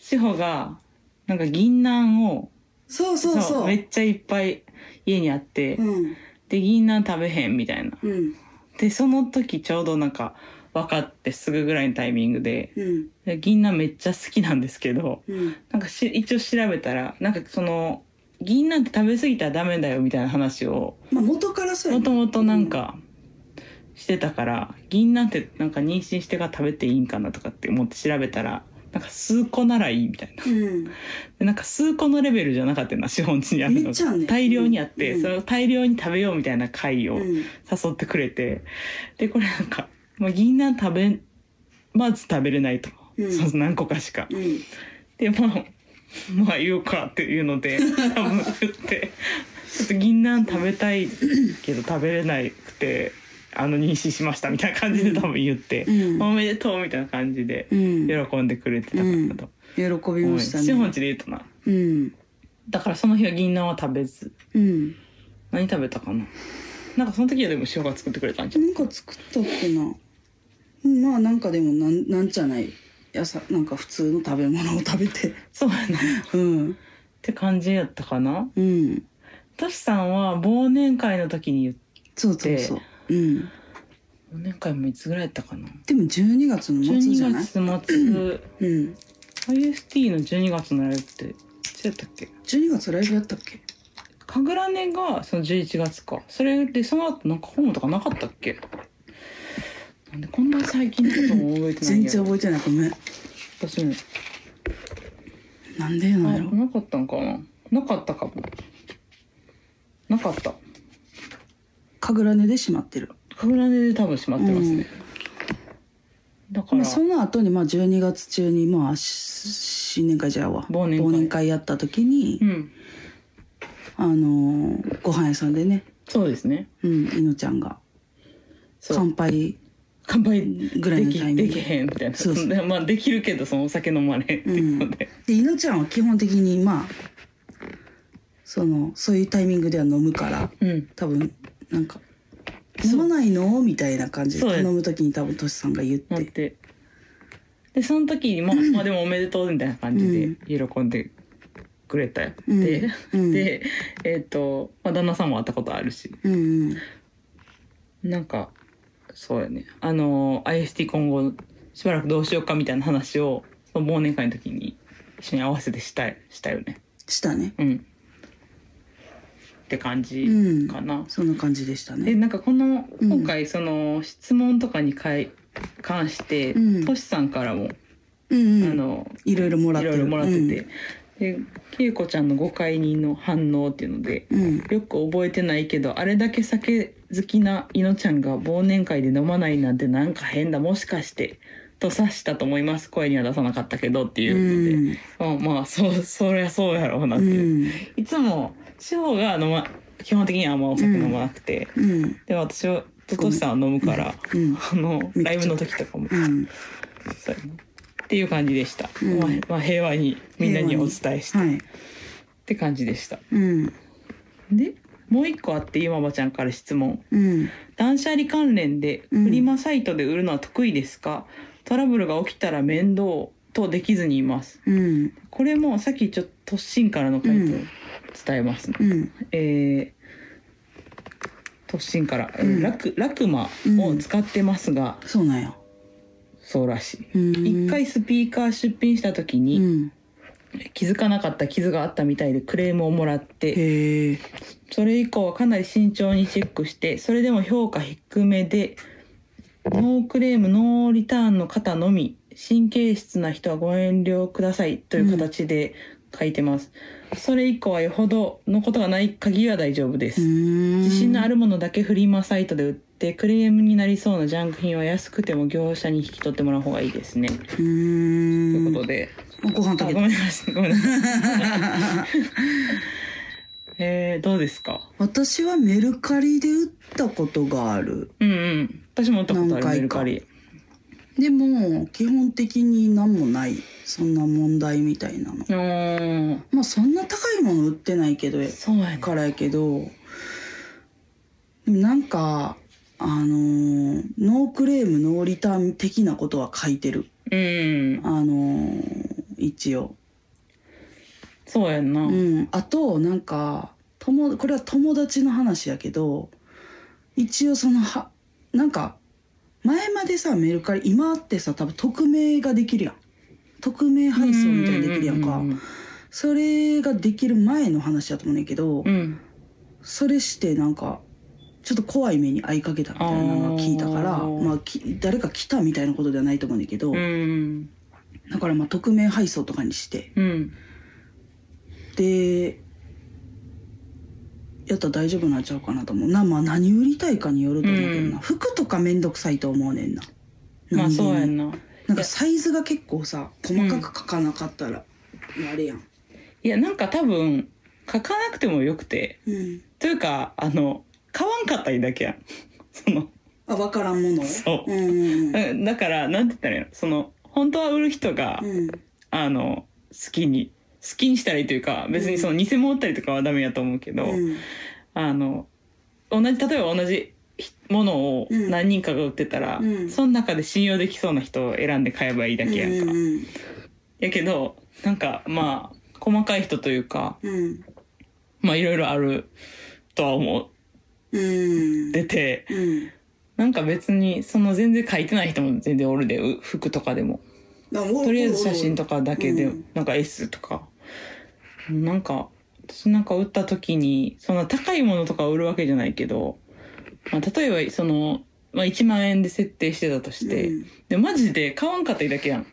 Speaker 2: 志保がなんか銀杏を
Speaker 1: そうそうそう。
Speaker 2: めっちゃいっぱい家にあって、
Speaker 1: うん、
Speaker 2: で銀杏食べへんみたいな
Speaker 1: うん、
Speaker 2: でその時ちょうどなんか分かってすぐぐらいのタイミングで
Speaker 1: うん、
Speaker 2: で銀杏めっちゃ好きなんですけど
Speaker 1: うん。
Speaker 2: なんかし一応調べたらなんかその銀杏って食べ過ぎたらダメだよみたいな話を
Speaker 1: まあ、元からそうやね
Speaker 2: もともとなんかしてたから銀なんてなんか妊娠してから食べていいんかなとかって思って調べたらなんか数個ならいいみたいな
Speaker 1: うん
Speaker 2: でなんか数個のレベルじゃなかったよな資本地にあるの
Speaker 1: めっ
Speaker 2: が
Speaker 1: ちゃあんねん
Speaker 2: 大量にあって、
Speaker 1: うん
Speaker 2: それを大量に食べようみたいな会を
Speaker 1: うん
Speaker 2: 誘ってくれてでこれなんか、まあ、銀杏食べまず食べれないと、
Speaker 1: うん
Speaker 2: その何個かしか。
Speaker 1: うん
Speaker 2: でまあまあ言うかっていうので 多分言ってちょっと銀杏食べたいけど食べれなくてあの妊娠しましたみたいな感じで多分言って、
Speaker 1: うん
Speaker 2: おめでとうみたいな感じで
Speaker 1: うん
Speaker 2: 喜んでくれてたかなと、
Speaker 1: 喜び
Speaker 2: う
Speaker 1: ま
Speaker 2: ん、
Speaker 1: した
Speaker 2: 資本
Speaker 1: ね
Speaker 2: 地で言うとな
Speaker 1: うん
Speaker 2: だからその日は銀杏は食べず
Speaker 1: うん
Speaker 2: 何食べたかななんかその時はでも塩が作ってくれたんじゃん
Speaker 1: なんか作ったっけなうんまあなんかでもなんなんじゃないやさなんか普通の食べ物を食べて
Speaker 2: そうやなっ
Speaker 1: うん
Speaker 2: て感じやったかな
Speaker 1: うん
Speaker 2: トシさんは忘年会の時に言っ
Speaker 1: そうそうそううん
Speaker 2: 忘年会もいつぐらいやったかな
Speaker 1: でも12月の末じゃ
Speaker 2: 12
Speaker 1: ない
Speaker 2: 月末
Speaker 1: うん、
Speaker 2: IFT の12月のライブっていつやったっけ
Speaker 1: 12月ライブやったっけ
Speaker 2: 神楽根がその11月かそれでその後なんかホームとかなかったっけなんでこんな最近のことも覚えてないん
Speaker 1: 全
Speaker 2: や
Speaker 1: 然
Speaker 2: ろ
Speaker 1: 覚えてないごめん
Speaker 2: 私も
Speaker 1: なんでなん
Speaker 2: あ
Speaker 1: やろ
Speaker 2: なかったんかななかったかもなかった
Speaker 1: 神楽根で閉まってる
Speaker 2: 神楽根で多分閉まってますね、だから
Speaker 1: まあ、その後にまあ12月中にまあし新年会じゃあわ
Speaker 2: 忘年会
Speaker 1: やった時に、
Speaker 2: うん
Speaker 1: あのーご飯屋さんでね
Speaker 2: そうですね
Speaker 1: うんいのちゃんが
Speaker 2: そう
Speaker 1: 乾杯
Speaker 2: 乾杯
Speaker 1: ぐらい
Speaker 2: で
Speaker 1: の
Speaker 2: き
Speaker 1: タイミング
Speaker 2: できへんみたいな
Speaker 1: そうそう
Speaker 2: でまあできるけどそのお酒飲まれへんっていうので、
Speaker 1: でいのちゃんは基本的にまあそのそういうタイミングでは飲むから
Speaker 2: うん
Speaker 1: 多分なんか「
Speaker 2: そう
Speaker 1: 飲まないの?」みたいな感じで
Speaker 2: そうや
Speaker 1: 頼む時に多分としさんが言っ
Speaker 2: なっててでその時にまあ、まあでもおめでとうみたいな感じで喜んでくれたよ、
Speaker 1: うん
Speaker 2: で、
Speaker 1: うん
Speaker 2: でえっ、と、まあ、旦那さんも会ったことあるし
Speaker 1: うんうん
Speaker 2: なんかそうやねあの IST 今後しばらくどうしようかみたいな話をその忘年会の時に一緒に合わせてしたいしたよね
Speaker 1: したね
Speaker 2: うんって感じ
Speaker 1: うん
Speaker 2: かな、
Speaker 1: そんな感じでした
Speaker 2: で
Speaker 1: ね
Speaker 2: なんかこの
Speaker 1: うん
Speaker 2: 今回その質問とかにかい関して、
Speaker 1: うん
Speaker 2: トシさんからも、
Speaker 1: うんうん
Speaker 2: あの
Speaker 1: いろいろもらっ
Speaker 2: い
Speaker 1: て
Speaker 2: ろ
Speaker 1: る
Speaker 2: いろもらってて、で恵子ちゃんの誤解人の反応っていうので
Speaker 1: うん、うん
Speaker 2: よく覚えてないけどあれだけ酒好きないのちゃんが忘年会で飲まないなんてなんか変だもしかしてと察したと思います声には出さなかったけどっていうので、まあまあそうそりゃそうやろうなっていう、いつも志保が飲ま基本的にはあんまお酒飲まなくて、
Speaker 1: うんうん
Speaker 2: で私はととしさんは飲むから、
Speaker 1: うん
Speaker 2: あのライブの時とかも
Speaker 1: うん
Speaker 2: そうやなっていう感じでした、
Speaker 1: うん
Speaker 2: まあまあ平和にみんなにお伝えしてっ
Speaker 1: はい
Speaker 2: て感じでした
Speaker 1: うん
Speaker 2: でもう一個あってゆまばちゃんから質問
Speaker 1: うん
Speaker 2: 断捨離関連で
Speaker 1: うん
Speaker 2: フリマサイトで売るのは得意ですか、トラブルが起きたら面倒とできずにいます
Speaker 1: うん
Speaker 2: これもさっきちょっと突進からの回答を
Speaker 1: うん
Speaker 2: 伝えますね、
Speaker 1: うん
Speaker 2: えー突進から、えー
Speaker 1: うん
Speaker 2: ラクラクマを使ってますが、
Speaker 1: そうなんや
Speaker 2: そうらしい
Speaker 1: うん
Speaker 2: 一回スピーカー出品した時
Speaker 1: う
Speaker 2: に
Speaker 1: ん
Speaker 2: 気づかなかった傷があったみたいでクレームをもらって
Speaker 1: へえ
Speaker 2: それ以降はかなり慎重にチェックしてそれでも評価低めでノークレームノーリターンの方のみ神経質な人はご遠慮くださいという形で書いてます、それ以降はよほどのことがない限りは大丈夫です、
Speaker 1: 自
Speaker 2: 自信のあ
Speaker 1: る
Speaker 2: るものだけフリマサイトで売ってクレームになりそうなジャンク品は安くても業者に引き取ってもらう方がいいですね、
Speaker 1: う
Speaker 2: と
Speaker 1: ん
Speaker 2: いうことで
Speaker 1: ご飯
Speaker 2: あ
Speaker 1: 炊
Speaker 2: ご
Speaker 1: け
Speaker 2: めんなさい。ごめんなさい。 えー、どうですか。
Speaker 1: 私はメルカリで売ったことがある
Speaker 2: うんうん。私も打ったこと
Speaker 1: 何
Speaker 2: ある
Speaker 1: 回か
Speaker 2: メルカリ。
Speaker 1: でも基本的に何もないそんな問題みたいなの
Speaker 2: あー
Speaker 1: まあそんな高いもの売ってないけど
Speaker 2: そうやね。
Speaker 1: からやけどでもなんかあのーノークレームノーリターン的なことは書いてる
Speaker 2: うん。
Speaker 1: あのー一応
Speaker 2: そうやんな。
Speaker 1: うん、あとなんか友これは友達の話やけど一応そのはなんか前までさメルカリ今ってさ多分匿名ができるやん匿名配送みたいにできるやんか、
Speaker 2: うん
Speaker 1: それができる前の話やと思うねんけど、
Speaker 2: うんうんうん。
Speaker 1: それしてなんかちちょっと怖い目に遭いかけたみたいなのは聞いたから
Speaker 2: あー
Speaker 1: まあ、き誰か来たみたいなことではないと思うんだけど、
Speaker 2: うん
Speaker 1: だからまあ匿名配送とかにして
Speaker 2: うん
Speaker 1: でやったら大丈夫なっちゃうかなと思うな、まあ、何売りたいかによると思うけどな、
Speaker 2: うん
Speaker 1: 服とかめんどくさいと思うねんな
Speaker 2: ま
Speaker 1: 何
Speaker 2: あ
Speaker 1: で
Speaker 2: そ
Speaker 1: も
Speaker 2: うやんな
Speaker 1: なんかサイズが結構さ細かく書かなかったら、あれやん
Speaker 2: いやなんか多分書かなくてもよくて
Speaker 1: うん
Speaker 2: というかあの買わんかったりだけやんその
Speaker 1: あ分からんものを
Speaker 2: そう
Speaker 1: うんうんう ん
Speaker 2: うんだからなんて言ったらいいのその本当は売る人が、
Speaker 1: うん
Speaker 2: あの好きに好きにしたらいいというか別にその偽物売ったりとかはダメやと思うけど、
Speaker 1: うん
Speaker 2: あの同じ例えば同じものを
Speaker 1: うん
Speaker 2: 何人かが売ってたら、
Speaker 1: うん
Speaker 2: その中で信用できそうな人を選んで買えばいいだけやんか、
Speaker 1: うんうん
Speaker 2: やけどなんかまあ細かい人というか
Speaker 1: うん
Speaker 2: まあいろいろあるとは思
Speaker 1: うん
Speaker 2: ってて
Speaker 1: うん
Speaker 2: なんか別にその全然書いてない人も全然おるでう服とかでもと
Speaker 1: と
Speaker 2: りあえず写真と
Speaker 1: か
Speaker 2: かだけで、
Speaker 1: うん
Speaker 2: なんか S とかなんか私なんか売った時にそんな高いものとかを売るわけじゃないけど、まあ、例えばその、まあ、1万円で設定してたとして、
Speaker 1: うん
Speaker 2: でマジで買わんかったりだけやん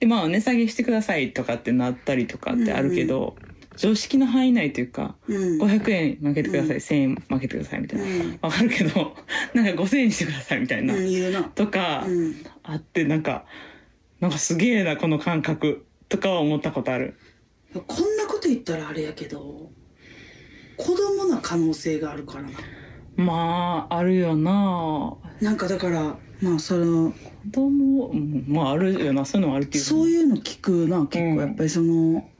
Speaker 2: でまあ値下げしてくださいとかってなったりとかってあるけど、常識の範囲内というか
Speaker 1: うん
Speaker 2: 500円負けてください、
Speaker 1: うん
Speaker 2: 1000円負けてくださいみたいな、
Speaker 1: うん
Speaker 2: わかるけどなんか5000円にしてくださいみたいな、
Speaker 1: うんいるな
Speaker 2: とか、
Speaker 1: うん
Speaker 2: あってなんかなんかすげえなこの感覚とかは思ったことある
Speaker 1: こんなこと言ったらあれやけど子供な可能性があるからな
Speaker 2: まああるよな
Speaker 1: なんかだからまあその
Speaker 2: 子供うんまああるよなそういうのもあるけど
Speaker 1: そういうの聞くな結
Speaker 2: うん
Speaker 1: 構やっぱりその、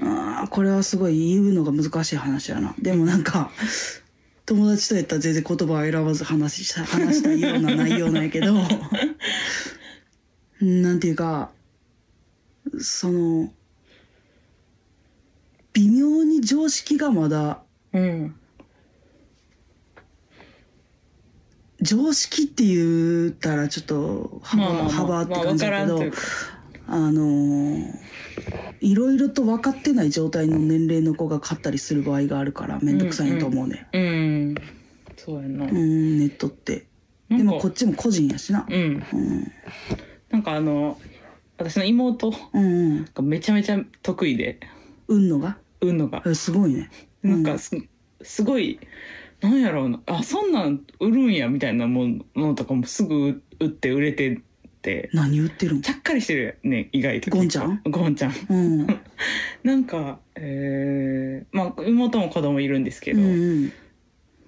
Speaker 1: ああこれはすごい言うのが難しい話やなでもなんか友達とやったら全然言葉を選ばず話した話したいような内容なんや けどなんていうかその微妙に常識がまだ
Speaker 2: うん
Speaker 1: 常識って言ったらちょっと幅,、
Speaker 2: まあまあ、まあ、
Speaker 1: 幅って
Speaker 2: まあ
Speaker 1: 感
Speaker 2: わ
Speaker 1: じ
Speaker 2: か
Speaker 1: だけ
Speaker 2: らん
Speaker 1: ど、
Speaker 2: というか
Speaker 1: あのーいろいろと分かってない状態の年齢の子が買ったりする場合があるから面倒くさいと思うね、
Speaker 2: うんそうやな,、
Speaker 1: うんネットって
Speaker 2: なんか
Speaker 1: でもこっちも個人やしな
Speaker 2: うん
Speaker 1: うん
Speaker 2: なんかあの私の妹
Speaker 1: うんうん
Speaker 2: がめちゃめちゃ得意で
Speaker 1: 運のが
Speaker 2: 運のが
Speaker 1: えすごいね
Speaker 2: なんかす,、すごいなんやろうなあそんなん売るんやみたいなものものとかもすぐ売って売れてって
Speaker 1: 何売ってるん
Speaker 2: ちゃっかりしてるね意外と
Speaker 1: ゴンちゃん
Speaker 2: ゴンちゃん
Speaker 1: うん
Speaker 2: なんかえー、まあ妹も子供いるんですけ
Speaker 1: う
Speaker 2: ど、
Speaker 1: ん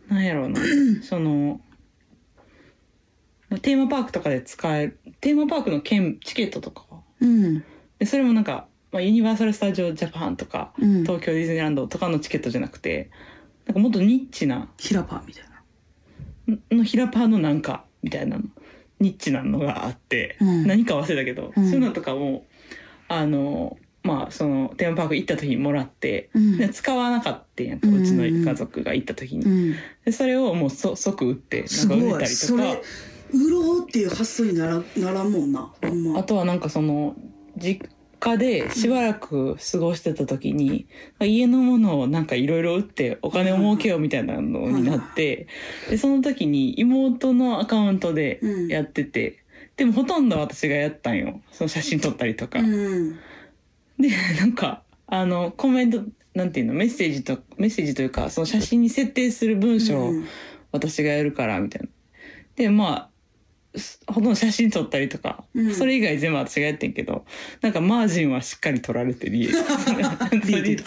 Speaker 2: なんやろう なそのテーマパークとかで使えるテーマパークの券チケットとか
Speaker 1: うん
Speaker 2: でそれもなんか、まあ、ユニバーサル・スタジオ・ジャパンとか
Speaker 1: うん
Speaker 2: 東京ディズニーランドとかのチケットじゃなくてなんかもっとニッチな
Speaker 1: ヒラパーみたいな
Speaker 2: の平パーのなんかみたいなのニッチなのがあって、
Speaker 1: うん
Speaker 2: 何か忘れたけど、
Speaker 1: うん
Speaker 2: そういうのとかもあのまあそのテーマパーク行った時にもらって、
Speaker 1: うん
Speaker 2: で使わなかったやんか、
Speaker 1: う
Speaker 2: うん
Speaker 1: うんうん
Speaker 2: ちの家族が行った時に、
Speaker 1: うん
Speaker 2: でそれをもうそ即売ってな
Speaker 1: す
Speaker 2: んか
Speaker 1: ご
Speaker 2: 売れた
Speaker 1: い
Speaker 2: り
Speaker 1: そ
Speaker 2: と
Speaker 1: れ
Speaker 2: か
Speaker 1: 売ろうっていう発想にならならんもんなほん
Speaker 2: あ
Speaker 1: ま
Speaker 2: とはなんかその実家でしばらく過ごしてた時に、家のものをなんかいろいろ売ってお金を儲けようみたいなのになって、でその時に妹のアカウントで
Speaker 1: うん
Speaker 2: やってて、でもほとんど私がやったんよその写真撮ったりとか。
Speaker 1: うん
Speaker 2: でなんかあのコメントなんていうのメッセージとメッセージというかその写真に設定する文章を
Speaker 1: うん
Speaker 2: 私がやるからみたいな。でまあすほとんど写真撮ったりとか、
Speaker 1: うん
Speaker 2: それ以外全部私がやってんけどなんかマージンはしっかり取られて利 益
Speaker 1: 利益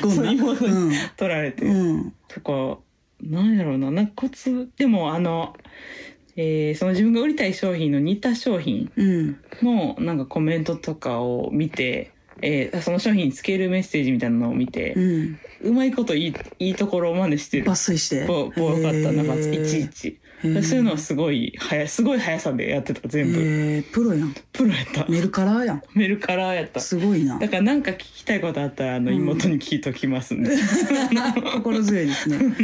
Speaker 1: ゴン
Speaker 2: そう妹に
Speaker 1: な
Speaker 2: 取られて、
Speaker 1: うんうん
Speaker 2: とかなんやろうななんかコツでもあの、えーその自分が売りたい商品の似た商品
Speaker 1: うん
Speaker 2: のなんかコメントとかを見て、えーその商品につけるメッセージみたいなのを見て
Speaker 1: う、ん
Speaker 2: うまいこといいいいところを真似してる
Speaker 1: 抜粋して
Speaker 2: ぽぽよかったなんかいちいち。
Speaker 1: へー
Speaker 2: そういうのはすごい早すごい速さでやってた全部、
Speaker 1: へープロやん
Speaker 2: プロやった
Speaker 1: メルカラーやん
Speaker 2: メルカラーやった
Speaker 1: すごい な
Speaker 2: だからなんか聞きたいことあったらあの
Speaker 1: うん
Speaker 2: 妹に聞いときますんで、
Speaker 1: 心強いですねうん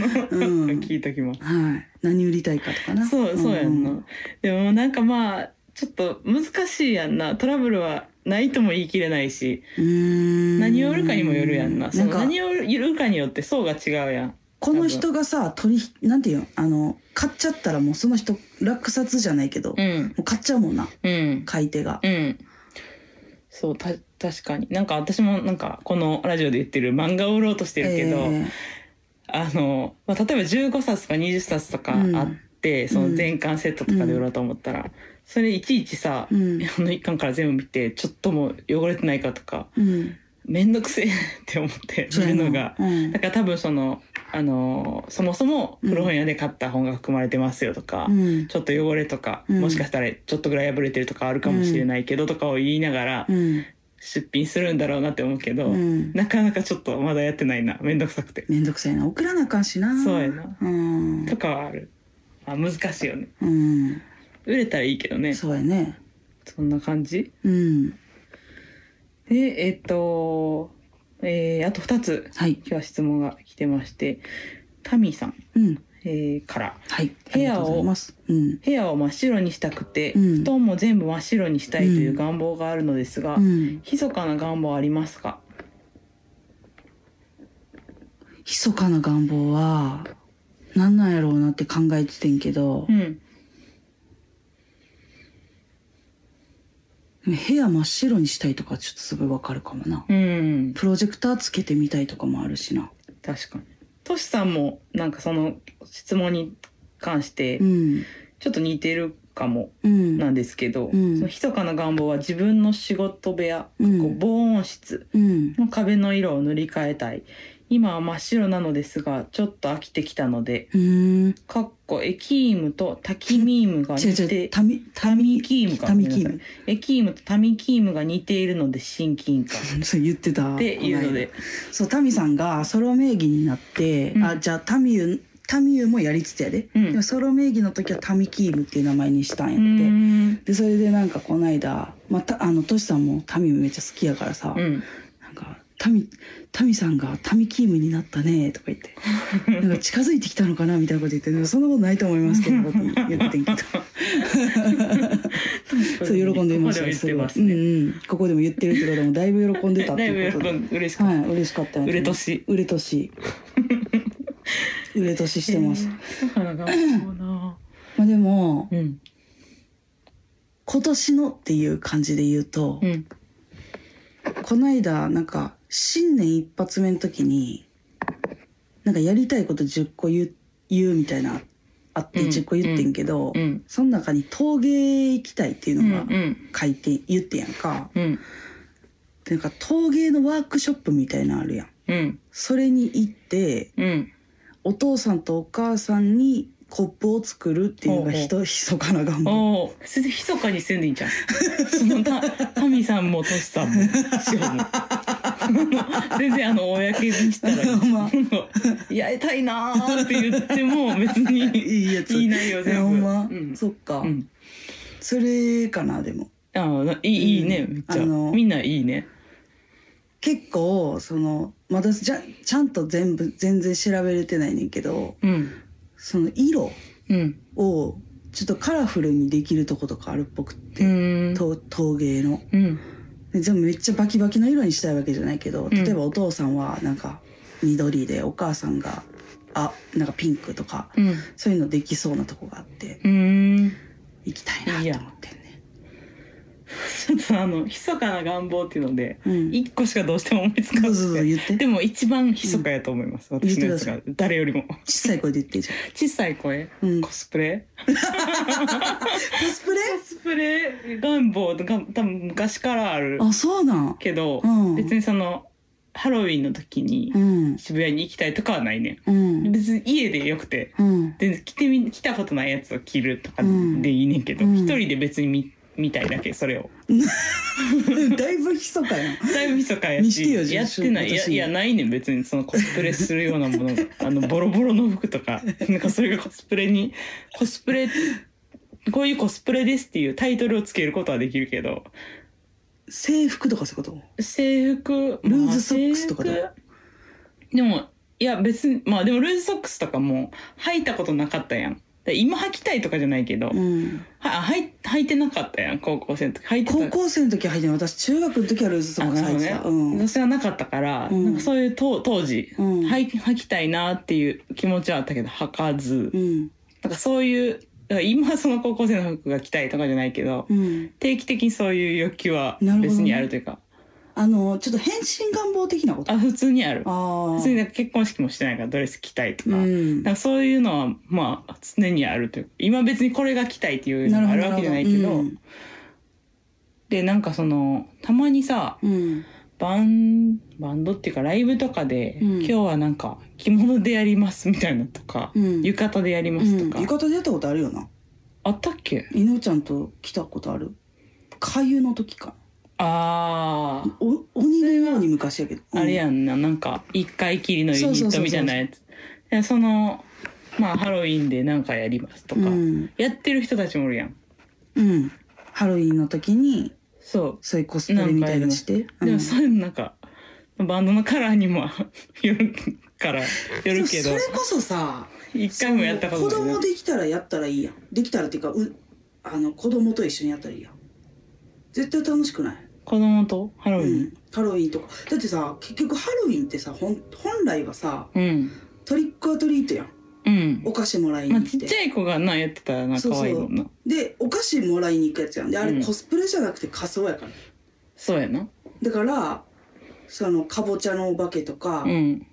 Speaker 2: 聞いときます
Speaker 1: はい何売りたいかとかな
Speaker 2: そうそうやんな、
Speaker 1: うん
Speaker 2: でもなんかまあちょっと難しいやんなトラブルはないとも言い切れないし
Speaker 1: うーん
Speaker 2: 何を売るかにもよるやんなそ
Speaker 1: な
Speaker 2: の
Speaker 1: んか
Speaker 2: 何を売るかによって層が違うやん
Speaker 1: この人がさ取りなんていうのあの買っちゃったらもうその人落札じゃないけど、も
Speaker 2: うん
Speaker 1: う買っちゃうもんな
Speaker 2: うん
Speaker 1: 買い手が、
Speaker 2: うんそうた確かになんか私もなんかこのラジオで言ってる漫画を売ろうとしてるけど、
Speaker 1: え
Speaker 2: あの、まあ、例えば15冊とか20冊とかあって、
Speaker 1: ん
Speaker 2: その全巻セットとかで売ろうと思ったら、それいちいちさ、
Speaker 1: えうん
Speaker 2: あの一巻から全部見てちょっとも汚れてないかとか
Speaker 1: うん
Speaker 2: めんどくせえ って思って
Speaker 1: そ
Speaker 2: 見
Speaker 1: うや
Speaker 2: る
Speaker 1: な
Speaker 2: のが
Speaker 1: うん
Speaker 2: だから多分そのあのそもそも古本屋で買った本が含まれてますよとか、
Speaker 1: うん
Speaker 2: ちょっと汚れとか、
Speaker 1: うん
Speaker 2: もしかしたらちょっとぐらい破れてるとかあるかもしれないけどとかを言いながら
Speaker 1: うん
Speaker 2: 出品するんだろうなって思うけど、
Speaker 1: うん
Speaker 2: なかなかちょっとまだやってないなめんどくさくて。
Speaker 1: めんどくさいな送らなあかんしな
Speaker 2: そうやな
Speaker 1: うん
Speaker 2: とかはある、まあ、難しいよね
Speaker 1: うん
Speaker 2: 売れたらいいけどねそ
Speaker 1: そうやね
Speaker 2: んな感じ
Speaker 1: うん
Speaker 2: でえっ、とえーあと2つ
Speaker 1: はい
Speaker 2: 今日は質問が来てましてタミーさん、
Speaker 1: うん
Speaker 2: えーから
Speaker 1: はいあ
Speaker 2: 部
Speaker 1: りが
Speaker 2: 屋
Speaker 1: と
Speaker 2: を
Speaker 1: うございますうん
Speaker 2: 部屋を真っ白にしたくて、
Speaker 1: うん
Speaker 2: 布団も全部真っ白にしたいという願望があるのですが、
Speaker 1: うん
Speaker 2: 密かな願望ありますか
Speaker 1: 密かな願望はなんなんやろうなって考えててんけど
Speaker 2: う、ん
Speaker 1: 部屋真っ白にしたいとかちょっとすごいわかるかもな
Speaker 2: うん
Speaker 1: プロジェクターつけてみたいとかもあるしな
Speaker 2: 確かにトシさんもなんかその質問に関して
Speaker 1: うん
Speaker 2: ちょっと似てるかも
Speaker 1: うん
Speaker 2: なんですけど、
Speaker 1: うん
Speaker 2: その密かな願望は自分の仕事部屋、
Speaker 1: うん
Speaker 2: こう防音室
Speaker 1: うん
Speaker 2: の壁の色を塗り替えたい今は真っ白なのですがちょっと飽きてきたので
Speaker 1: うーん
Speaker 2: かっこエキームとタキミームが似
Speaker 1: 違 う違う
Speaker 2: て
Speaker 1: タミタ
Speaker 2: タミ
Speaker 1: ミ
Speaker 2: キームか
Speaker 1: タミキー
Speaker 2: ごめ
Speaker 1: ム
Speaker 2: んなさいエキームとタミキームが似ているので親 近感
Speaker 1: そう言ってた
Speaker 2: っていうので
Speaker 1: そうタミさんがソロ名義になって、
Speaker 2: うん
Speaker 1: あじゃあタミユタミユもやりつつやで,、
Speaker 2: うん
Speaker 1: でもソロ名義の時はタミキームっていう名前にしたん
Speaker 2: う
Speaker 1: や
Speaker 2: ー
Speaker 1: って、
Speaker 2: ん
Speaker 1: でそれでなんかこの間またあのトシさんもタミユめっちゃ好きやからさ、
Speaker 2: うん
Speaker 1: なんかタミタミさんがタミキームになったねとか言っ てなんか近づいてきたのかなみたいなこと言ってでもそんなことないと思いますけどって言っててん けど そう喜んでいました
Speaker 2: ここでも言ってます
Speaker 1: ごい
Speaker 2: ね
Speaker 1: うんうん、ここでも言ってるってこともだいぶ喜んでたって
Speaker 2: だい
Speaker 1: いうこ
Speaker 2: ぶ
Speaker 1: と
Speaker 2: 喜
Speaker 1: で
Speaker 2: んで嬉しかった
Speaker 1: はい、嬉しかったよね
Speaker 2: 売れ年
Speaker 1: 売れ年売れ年してます、
Speaker 2: えー密かな願望な
Speaker 1: まあ、でも
Speaker 2: うん
Speaker 1: 今年のっていう感じで言うと、
Speaker 2: うん
Speaker 1: この間なんか新年一発目の時になんかやりたいこと10個言う言うみたいなあって
Speaker 2: うん
Speaker 1: 10個言ってんけど、
Speaker 2: うん
Speaker 1: その中に陶芸行きたいっていう
Speaker 2: うんう
Speaker 1: のが
Speaker 2: ん
Speaker 1: 書いて言ってんやんか、
Speaker 2: うん
Speaker 1: でなんか陶芸のワークショップみたいなのあるやん
Speaker 2: うん
Speaker 1: それに行って
Speaker 2: うん
Speaker 1: お父さんとお母さんにコップを作るっていうのがひとひそかな願望
Speaker 2: おおそれで密かに住んでいいじゃんそのたタミさんもトシさんもシオも全然あの公にしたらいいじゃん
Speaker 1: ほんま
Speaker 2: やりたいなーって言っても別に
Speaker 1: いいやつ
Speaker 2: いい内容
Speaker 1: え
Speaker 2: 全部
Speaker 1: ほんま、
Speaker 2: うん
Speaker 1: そっか、
Speaker 2: うん
Speaker 1: それかなでも
Speaker 2: あーいいいいね
Speaker 1: うん
Speaker 2: めっちゃ
Speaker 1: あの
Speaker 2: みんないいね
Speaker 1: 結構そのまだじゃちゃんと全部全然調べれてないねんけど
Speaker 2: うん
Speaker 1: その色
Speaker 2: うん
Speaker 1: をちょっとカラフルにできるとことかあるっぽくっ
Speaker 2: う
Speaker 1: て、
Speaker 2: ん
Speaker 1: と陶芸の
Speaker 2: うん
Speaker 1: で全部めっちゃバキバキの色にしたいわけじゃないけど
Speaker 2: ん
Speaker 1: 例えばお父さんはなんか緑でお母さんがあなんかピンクとか
Speaker 2: うん
Speaker 1: そういうのできそうなとこがあって
Speaker 2: うん
Speaker 1: 行きたいなと思ってんね。
Speaker 2: ちょっとあの密かな願望っていうので
Speaker 1: うん。
Speaker 2: 一個しかどうしても思いつか
Speaker 1: そ
Speaker 2: な
Speaker 1: うそうそう
Speaker 2: く
Speaker 1: 言って
Speaker 2: て。でも一番密かやと思います、私のやつ
Speaker 1: 言
Speaker 2: が
Speaker 1: っ
Speaker 2: 誰よりも
Speaker 1: 小さい声で言ってじゃ
Speaker 2: 小さい声、
Speaker 1: ん。うん。
Speaker 2: コ
Speaker 1: コ
Speaker 2: スプレ
Speaker 1: スプレ
Speaker 2: コスプレ願望が多分昔からある
Speaker 1: あ、そうなん。
Speaker 2: けど、
Speaker 1: うん
Speaker 2: 別にそのハロウィンの時に
Speaker 1: うん。
Speaker 2: 渋谷に行きたいとかはないね
Speaker 1: うん。
Speaker 2: 別に家でよくて
Speaker 1: うん。
Speaker 2: 全然着てみ着たことないやつを着るとか
Speaker 1: うん
Speaker 2: でいいねんけど一、
Speaker 1: うん
Speaker 2: 人で別に見見たいだけそれを
Speaker 1: だいぶひそかやん。
Speaker 2: だいぶ密かや
Speaker 1: にして
Speaker 2: し
Speaker 1: よじゃあ
Speaker 2: やってないいや
Speaker 1: 私
Speaker 2: いやないねん別にそのコスプレするようなものがあのボロボロの服とか なんかそれがコスプレにコスプレこういうコスプレですっていうタイトルをつけることはできるけど
Speaker 1: 制服とかそういうこと
Speaker 2: 制服
Speaker 1: ルー
Speaker 2: まあ
Speaker 1: ズソックスとかだ
Speaker 2: 制服でもいや別にまあでもルーズソックスとかも履いたことなかったやんで今履きたいとかじゃないけど、
Speaker 1: うん、
Speaker 2: ははい履いてなかったやん高校生の時履いてた
Speaker 1: 高校生の時は履いてない私中学の時はルーズソックス履いて
Speaker 2: あ
Speaker 1: た
Speaker 2: そうね
Speaker 1: ん
Speaker 2: 私はなかったから、
Speaker 1: うん
Speaker 2: なんかそういう当当時、
Speaker 1: うん
Speaker 2: 履い履きたいなっていう気持ちはあったけど履かず、
Speaker 1: うん
Speaker 2: なんかそういうだから今はその高校生の服が着たいとかじゃないけど、
Speaker 1: うん
Speaker 2: 定期的にそういう欲求は
Speaker 1: なるほどね
Speaker 2: 別にあるというか、
Speaker 1: あのちょっと変身願望的なことあ
Speaker 2: あ普通にある
Speaker 1: あ
Speaker 2: 普通になんか結婚式もしてないからドレス着たいと
Speaker 1: う
Speaker 2: か,、
Speaker 1: ん
Speaker 2: なんかそういうのはまあ常にあるというか今別にこれが着たいっていうのがあるわけじゃないけど
Speaker 1: うん
Speaker 2: でなんかそのたまにさ
Speaker 1: うん
Speaker 2: バンバンドっていうかライブとかで、
Speaker 1: うん
Speaker 2: 今日はなんか着物でやりますみたいなとか、
Speaker 1: うん
Speaker 2: 浴衣でやりま
Speaker 1: う
Speaker 2: す
Speaker 1: ん
Speaker 2: とか、
Speaker 1: 浴衣でやったことあるよな
Speaker 2: あったっけ
Speaker 1: いのちゃんと来たことあるかゆの時か
Speaker 2: ああ
Speaker 1: お鬼のように昔やけど、
Speaker 2: あれ
Speaker 1: ん
Speaker 2: やんな、なんか、一回きりのユニットみたいなやつ。でその、まあ、ハロウィンでなんかやりますとか、
Speaker 1: うん、
Speaker 2: やってる人たちもおるやん。
Speaker 1: うん、ハロウィンの時に
Speaker 2: そ
Speaker 1: そういうコスプレみたいなのして
Speaker 2: う。でも、そういうのなんか、バンドのカラーにも よるから、よ
Speaker 1: うん
Speaker 2: るけど
Speaker 1: そ、れこそさ
Speaker 2: 一回もやったこ
Speaker 1: そ
Speaker 2: と
Speaker 1: の
Speaker 2: ない
Speaker 1: 子供。できたらやったらいいやんできたらっていうかうあの子供と一緒にやったらいいやん絶対楽しくない、
Speaker 2: 子供とハロウ
Speaker 1: う
Speaker 2: ィン。
Speaker 1: ん、ハロウィンとかだってさ結局ハロウィンってさほん本来はさ
Speaker 2: うん。
Speaker 1: トリックアトリートやん
Speaker 2: うん。
Speaker 1: お菓子もらいに
Speaker 2: まあ、
Speaker 1: 行
Speaker 2: ち
Speaker 1: っ、
Speaker 2: ってちゃい子がな、やってたらな、
Speaker 1: そうそう
Speaker 2: 可愛いもんな。
Speaker 1: でお菓子もらいに行くやつやんであ
Speaker 2: う
Speaker 1: れ
Speaker 2: ん
Speaker 1: コスプレじゃなくて仮装やから、
Speaker 2: そうやな。
Speaker 1: だからそのかぼちゃのお化けとか
Speaker 2: うん。